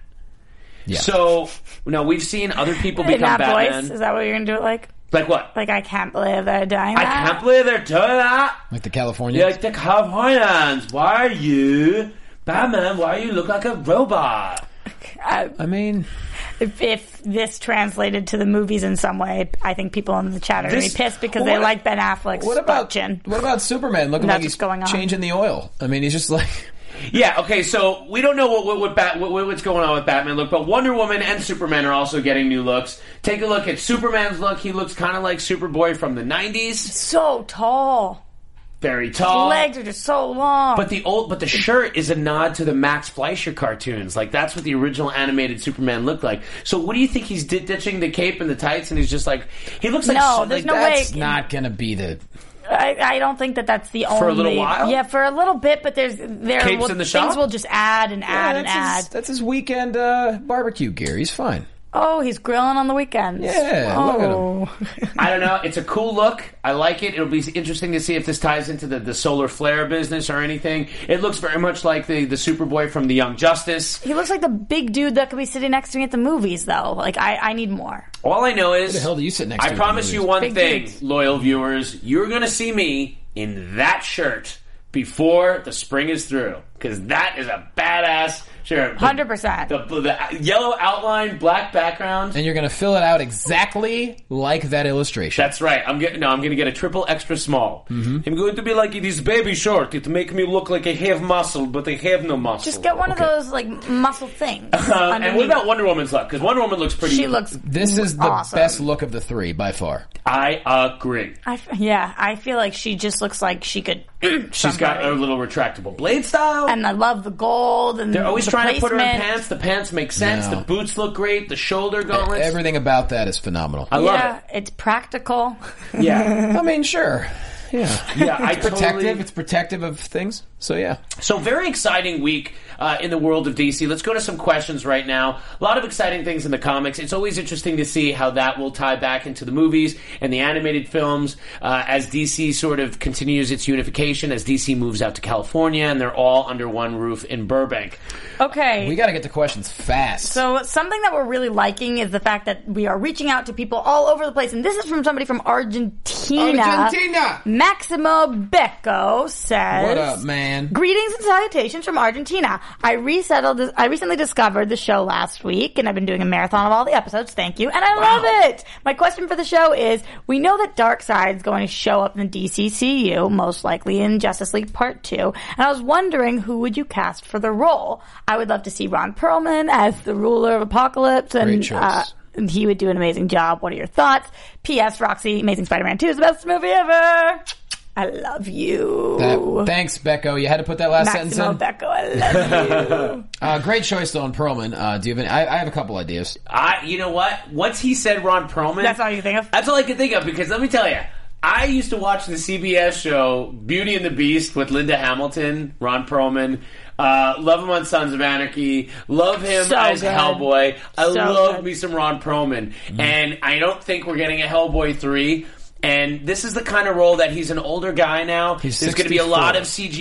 Speaker 4: Yeah.
Speaker 2: so no we've seen other people
Speaker 3: in
Speaker 2: become
Speaker 3: that
Speaker 2: batman
Speaker 3: voice. Is that what you're gonna do it like?
Speaker 2: like what
Speaker 3: Like I can't believe they're dying.
Speaker 2: i can't believe they're doing that
Speaker 4: like the California.
Speaker 2: you like the Californians. Why are you Batman? Why you look like a robot?
Speaker 4: I mean,
Speaker 3: If, if this translated to the movies in some way, I think people in the chat are gonna be
Speaker 2: This-
Speaker 3: pissed because
Speaker 4: Well,
Speaker 3: they
Speaker 4: what-
Speaker 3: like Ben Affleck's
Speaker 4: what about
Speaker 3: butt chin.
Speaker 4: what about Superman looking
Speaker 3: That's
Speaker 4: like he's
Speaker 3: what's going on.
Speaker 4: changing the oil? I mean, he's just like
Speaker 2: Yeah. Okay. So we don't know what what, what, Bat, what what's going on with Batman look, but Wonder Woman and Superman are also getting new looks. Take a look at Superman's look. He looks kind of like Superboy from the '90s.
Speaker 3: So tall.
Speaker 2: Very tall.
Speaker 3: Legs are just so long.
Speaker 2: Uh, But the old, but the shirt is a nod to the Max Fleischer cartoons. Like that's what the original animated Superman looked like. So what do you think he's di- ditching the cape and the tights, and he's just like he looks like
Speaker 3: No, there's
Speaker 2: like
Speaker 3: no
Speaker 2: that's-
Speaker 4: it's not gonna be the.
Speaker 3: I, I don't think that that's the only.
Speaker 2: a little while?
Speaker 3: Yeah, for a little bit, but there's there
Speaker 2: Capes
Speaker 3: will,
Speaker 2: in the
Speaker 3: things
Speaker 2: shop?
Speaker 3: will just add and add and
Speaker 4: that's
Speaker 3: add.
Speaker 4: his, that's his weekend uh, barbecue gear. He's fine.
Speaker 3: Oh, he's grilling on the weekends.
Speaker 4: Yeah,
Speaker 3: Oh.
Speaker 4: look at him.
Speaker 2: I don't know. It's a cool look. I like it. It'll be interesting to see if this ties into the, the solar flare business or anything. It looks very much like the, the Superboy from the Young Justice.
Speaker 3: He looks like the big dude that could be sitting next to me at the movies, though. Like, I, I need more.
Speaker 2: All I know is
Speaker 4: the hell do you sit next
Speaker 2: I
Speaker 4: to in
Speaker 2: promise
Speaker 4: the
Speaker 2: you
Speaker 4: movies?
Speaker 2: one
Speaker 3: Big
Speaker 2: thing,
Speaker 3: dudes.
Speaker 2: loyal viewers. You're gonna see me in that shirt before the spring is through because that is a badass shirt. The-
Speaker 3: 100%.
Speaker 2: The, the, yellow outline, black background.
Speaker 4: And you're going to fill it out exactly like that illustration.
Speaker 2: That's right. I'm getting. No, I'm going to get a triple extra small.
Speaker 4: Mm-hmm.
Speaker 2: I'm going to be like it is baby short. It make me look like I have muscle, but I have no muscle.
Speaker 3: Just get one of those, like, muscle things.
Speaker 2: Uh, and what
Speaker 3: underneath.
Speaker 2: about Wonder Woman's look? Because Wonder Woman looks pretty.
Speaker 3: She looks.
Speaker 4: this is the
Speaker 3: awesome.
Speaker 4: best look of the three by far.
Speaker 2: I agree.
Speaker 3: I f- yeah, I feel like she just looks like she could.
Speaker 2: She's got a little retractable blade style.
Speaker 3: And I love the gold. And
Speaker 2: They're always
Speaker 3: the
Speaker 2: trying to put her in
Speaker 3: placement.
Speaker 2: pants. The pants make sense.
Speaker 4: No. E-
Speaker 2: The boots look great. The shoulder
Speaker 4: Oh,
Speaker 2: gauntlets.
Speaker 4: Everything about that is phenomenal.
Speaker 2: I love
Speaker 3: Yeah, it's practical.
Speaker 2: it. Yeah,
Speaker 4: I mean, sure. Yeah.
Speaker 2: yeah. I
Speaker 4: protective.
Speaker 2: totally-
Speaker 4: It's protective of things. So yeah.
Speaker 2: So very exciting week uh, in the world of DC. Let's go to some questions right now. A lot of exciting things in the comics. It's always interesting to see how that will tie back into the movies and the animated films uh, as DC sort of continues its unification as DC moves out to California and they're all under one roof in Burbank.
Speaker 3: Okay.
Speaker 4: We got to get to questions fast.
Speaker 3: So something that we're really liking is the fact that we are reaching out to people all over the place, and this is from somebody from Argentina.
Speaker 4: Argentina!
Speaker 3: Maximo Becco says,
Speaker 4: What up, man?
Speaker 3: Greetings and salutations from Argentina. I resettled. I recently discovered the show last week, and I've been doing a marathon of all the episodes. Thank you, and I love it. My question for the show is: We know that Darkseid is going to show up in the DCCU, most likely in Justice League Part Two, and I was wondering who would you cast for the role? I would love to see Ron Perlman as the ruler of Apocalypse, and
Speaker 4: Great choice.
Speaker 3: uh, he would do an amazing job. What are your thoughts? P.S. Roxy, Amazing Spider-Man Two is the best movie ever. I love you.
Speaker 4: That- thanks, Becco. You had to put that last sentence
Speaker 3: Maximo
Speaker 4: in.
Speaker 3: Becco, I love you.
Speaker 4: Uh, great choice, though, on Perlman. Uh, do you have any? I, I have a couple ideas.
Speaker 2: I, you know what? Once he said Ron Perlman,
Speaker 3: That's all you think of?
Speaker 2: That's all I could think of because let me tell you, I used to watch the CBS show Beauty and the Beast with Linda Hamilton, Ron Perlman. Uh, love him on Sons of Anarchy. Love him
Speaker 3: So
Speaker 2: as
Speaker 3: good.
Speaker 2: Hellboy. I
Speaker 3: So
Speaker 2: love
Speaker 3: good.
Speaker 2: me some Ron Perlman, and I don't think we're getting a Hellboy three. And this is the kind of role that he's an older guy now.
Speaker 4: He's
Speaker 2: There's going to be a lot
Speaker 4: 64.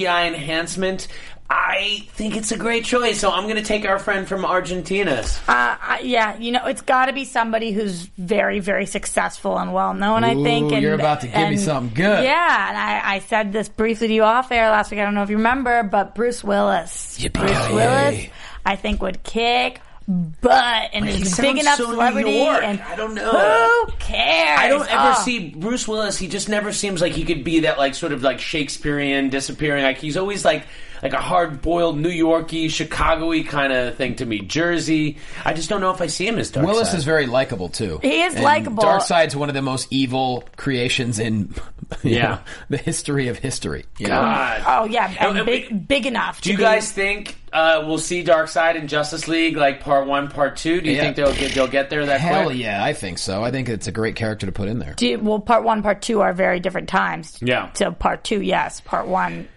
Speaker 2: of CGI enhancement. I think it's a great choice, so I'm going to take our friend from Argentina.
Speaker 3: Uh, I, yeah, you know, it's got to be somebody who's very, very successful and well known. I
Speaker 4: Ooh,
Speaker 3: think. And,
Speaker 4: you're about to give me
Speaker 3: and-
Speaker 4: something good.
Speaker 3: Yeah, and I, I said this briefly to you off air last week. I don't know if you remember, but Bruce Willis. Bruce
Speaker 4: Yippee-ki-yay.
Speaker 3: Willis, I think, would kick butt and
Speaker 2: he
Speaker 3: is big
Speaker 2: sounds
Speaker 3: enough
Speaker 2: so New
Speaker 3: celebrity.
Speaker 2: York.
Speaker 3: And
Speaker 2: I don't know.
Speaker 3: Who cares?
Speaker 2: I don't ever
Speaker 3: Oh.
Speaker 2: see Bruce Willis. He just never seems like he could be that like sort of like Shakespearean disappearing. Like he's always like like a hard boiled New Yorky, Chicagoy kind of thing to me. Jersey. I just don't know if I see him as Dark
Speaker 4: Willis is very likable too.
Speaker 3: He is
Speaker 4: And
Speaker 3: likable.
Speaker 4: Darkseid's one of the most evil creations in you
Speaker 2: Yeah.
Speaker 4: know, the history of history. You know?
Speaker 2: God.
Speaker 3: Oh yeah, and
Speaker 2: and
Speaker 3: big,
Speaker 2: we-
Speaker 3: big enough.
Speaker 2: Do
Speaker 3: to
Speaker 2: you
Speaker 3: be-
Speaker 2: guys think uh, we'll see Dark Side in Justice League like part one, part two? Do you
Speaker 4: Yeah.
Speaker 2: think they'll get they'll get there that
Speaker 4: Hell
Speaker 2: quick?
Speaker 4: yeah, I think so. I think it's a great character to put in there.
Speaker 3: Do you- well, part one, part two are very different times.
Speaker 2: Yeah.
Speaker 3: So part two, yes. Part one,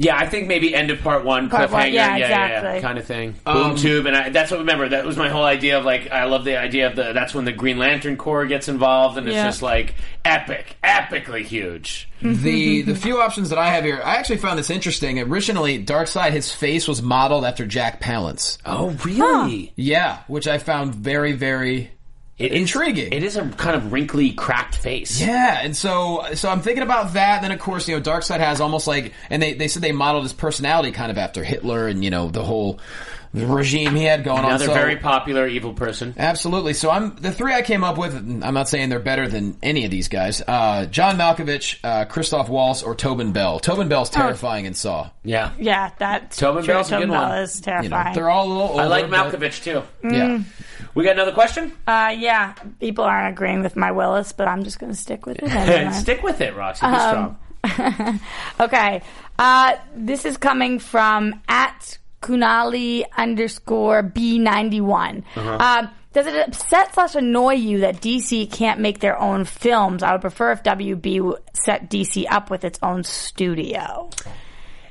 Speaker 2: Yeah, I think maybe end of part one,
Speaker 3: Part
Speaker 2: cliffhanger,
Speaker 3: one, yeah, exactly.
Speaker 2: kind of thing. Boom tube, and I, that's what remember. That was my whole idea of like I love the idea of the that's when the Green Lantern Corps gets involved, and
Speaker 3: Yeah.
Speaker 2: it's just like epic, epically huge.
Speaker 3: Mm-hmm.
Speaker 4: the the few options that I have here, I actually found this interesting. Originally, Darkseid, his face was modeled after Jack Palance.
Speaker 2: Oh, really?
Speaker 4: Yeah, which I found very very
Speaker 2: It is-
Speaker 4: intriguing.
Speaker 2: it is a kind of wrinkly, cracked face.
Speaker 4: Yeah, and so so I'm thinking about that. Then of course you know Darkseid has almost like, and they they said they modeled his personality kind of after Hitler and you know the whole regime he had going on.
Speaker 2: Another
Speaker 4: So-
Speaker 2: very popular evil person.
Speaker 4: Absolutely. So I'm the three I came up with. and I'm not saying they're better than any of these guys. Uh, John Malkovich, uh, Christoph Waltz, or Tobin Bell. Tobin Bell's terrifying in Saw.
Speaker 2: Yeah,
Speaker 3: yeah, that's
Speaker 2: Tobin
Speaker 3: true.
Speaker 2: Bell's a
Speaker 3: Tobin
Speaker 2: good one.
Speaker 3: Bell is
Speaker 4: You
Speaker 3: terrifying.
Speaker 4: know, they're all a little. Older,
Speaker 2: I like
Speaker 4: but-
Speaker 2: Malkovich too.
Speaker 4: Yeah.
Speaker 2: We got another question.
Speaker 3: Uh, yeah, people aren't agreeing with my Willis, but I'm just going to stick with it. anyway.
Speaker 2: Stick with it, Roxy. Be
Speaker 3: Um,
Speaker 2: strong.
Speaker 3: okay, uh, this is coming from at Kunali underscore B91.
Speaker 4: Uh-huh.
Speaker 3: Um, does it upset slash annoy you that DC can't make their own films? I would prefer if WB set DC up with its own studio.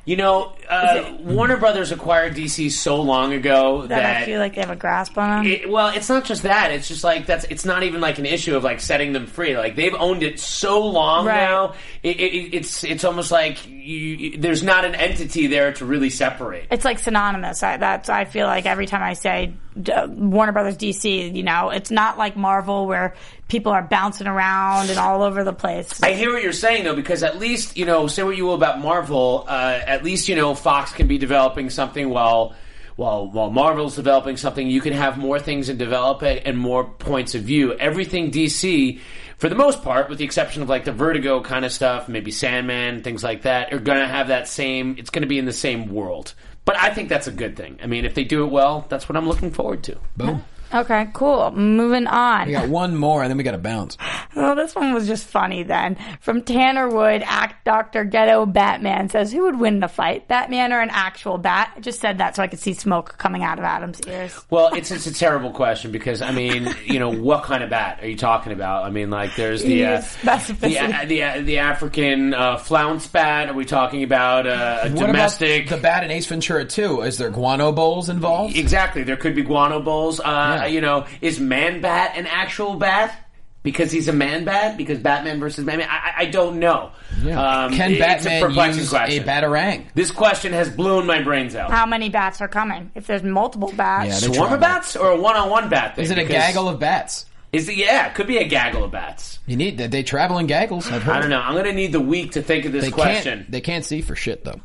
Speaker 2: You know, uh, Warner Brothers acquired DC so long ago that,
Speaker 3: that, I feel like they have a grasp on them.
Speaker 2: it, well, it's not just that. It's just like that's. It's not even like an issue of like setting them free. Like they've owned it so long
Speaker 3: Right.
Speaker 2: now. It, it, it's it's almost like you, there's not an entity there to really separate.
Speaker 3: it's like synonymous. I, that's I feel like every time I say d- Warner Brothers DC, you know, it's not like Marvel where people are bouncing around and all over the place.
Speaker 2: I hear what you're saying though, because at least you know, say what you will about Marvel, uh, at least you know Fox can be developing something while while while Marvel's developing something. You can have more things and develop it and more points of view. Everything DC, for the most part, with the exception of like the Vertigo kind of stuff, maybe Sandman, things like that, are going to have that same. It's going to be in the same world. But I think that's a good thing. I mean, if they do it well, that's what I'm looking forward to.
Speaker 4: Boom.
Speaker 3: okay, cool. Moving on.
Speaker 4: We got one more, and then we got to bounce.
Speaker 3: Well, this one was just funny then. From Tanner Wood, act Dr. Ghetto Batman says, Who would win the fight, Batman or an actual bat? I just said that so I could see smoke coming out of Adam's ears.
Speaker 2: Well, it's it's a terrible question because I mean, you know, what kind of bat are you talking about? I mean, like there's the
Speaker 3: You
Speaker 2: uh,
Speaker 3: use
Speaker 2: the,
Speaker 3: specificity.
Speaker 2: uh, the uh, the African uh, flounce bat. Are we talking about uh, a
Speaker 4: What
Speaker 2: domestic?
Speaker 4: about the Bat and Ace Ventura too? Is there guano bowls involved?
Speaker 2: exactly. There could be guano bulls. Uh,
Speaker 4: Yeah.
Speaker 2: You know, is man bat an actual bat? Because he's a man bat. Because Batman versus Batman. I, I- I don't know. Um,
Speaker 4: Can
Speaker 2: it- it's a
Speaker 4: Batman
Speaker 2: perplexing
Speaker 4: use
Speaker 2: question.
Speaker 4: a batarang?
Speaker 2: This question has blown my brains out.
Speaker 3: How many bats are coming? If there's multiple
Speaker 4: Yeah,
Speaker 3: bats,
Speaker 4: they're
Speaker 2: Swarm
Speaker 4: trying.
Speaker 2: of bats or a one-on-one bat? Thing?
Speaker 4: Is it a
Speaker 2: Because-
Speaker 4: gaggle of bats?
Speaker 2: Is it? Yeah, it could be a gaggle of bats.
Speaker 4: You need they travel in gaggles. I've heard.
Speaker 2: I don't know. I'm going to need the week to think of this
Speaker 4: They
Speaker 2: question.
Speaker 4: can't. They can't see for shit though.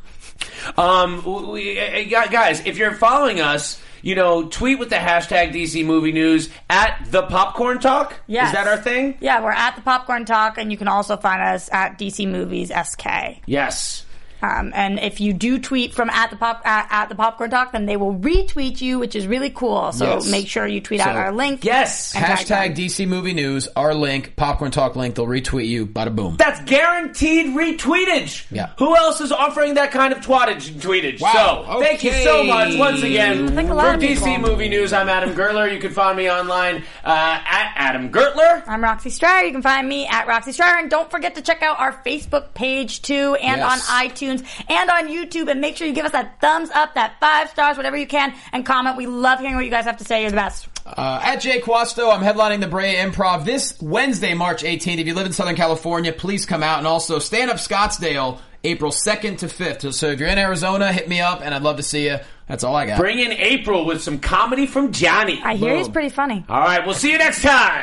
Speaker 2: Um, we, uh, guys, if you're following us, you know, tweet with the hashtag DC Movie News at the Popcorn Talk.
Speaker 3: Yes.
Speaker 2: Is that our thing?
Speaker 3: Yeah, we're at the Popcorn Talk, and you can also find us at DC Movies SK.
Speaker 2: Yes.
Speaker 3: Um, and if you do tweet from at the pop at, at the Popcorn Talk, then they will retweet you, which is really cool. So
Speaker 4: Yes.
Speaker 3: make sure you tweet out
Speaker 4: So-
Speaker 3: our link.
Speaker 2: Yes.
Speaker 3: And tag
Speaker 4: Hashtag
Speaker 3: them.
Speaker 4: DC Movie News. Our link, Popcorn Talk link. They'll retweet you. Bada boom.
Speaker 2: That's guaranteed retweetage.
Speaker 4: Yeah.
Speaker 2: Who else is offering that kind of twattage and tweetage?
Speaker 4: Wow,
Speaker 2: So thank you so
Speaker 4: okay.
Speaker 2: much once again
Speaker 3: I think a
Speaker 2: for
Speaker 3: lot of
Speaker 2: DC
Speaker 3: people-
Speaker 2: Movie News. I'm Adam Gertler. You can find me online uh, at Adam Gertler.
Speaker 3: I'm Roxy Stryer. You can find me at Roxy Stryer. And don't forget to check out our Facebook page too, and
Speaker 4: Yes.
Speaker 3: on iTunes and on YouTube. And make sure you give us that thumbs up, that five stars, whatever you can, and comment. We love hearing what you guys have to say. You're the best.
Speaker 4: Uh, at Jay Quasto, I'm headlining the Brea Improv this Wednesday, March 18th. If you live in Southern California, please come out. And also, Stand Up Scottsdale, April 2nd to 5th. So if you're in Arizona, hit me up, and I'd love to see you. That's all I got.
Speaker 2: Bring in April with some comedy from Johnny.
Speaker 3: I hear
Speaker 4: Boom.
Speaker 3: he's pretty funny.
Speaker 2: All right, we'll see you next time.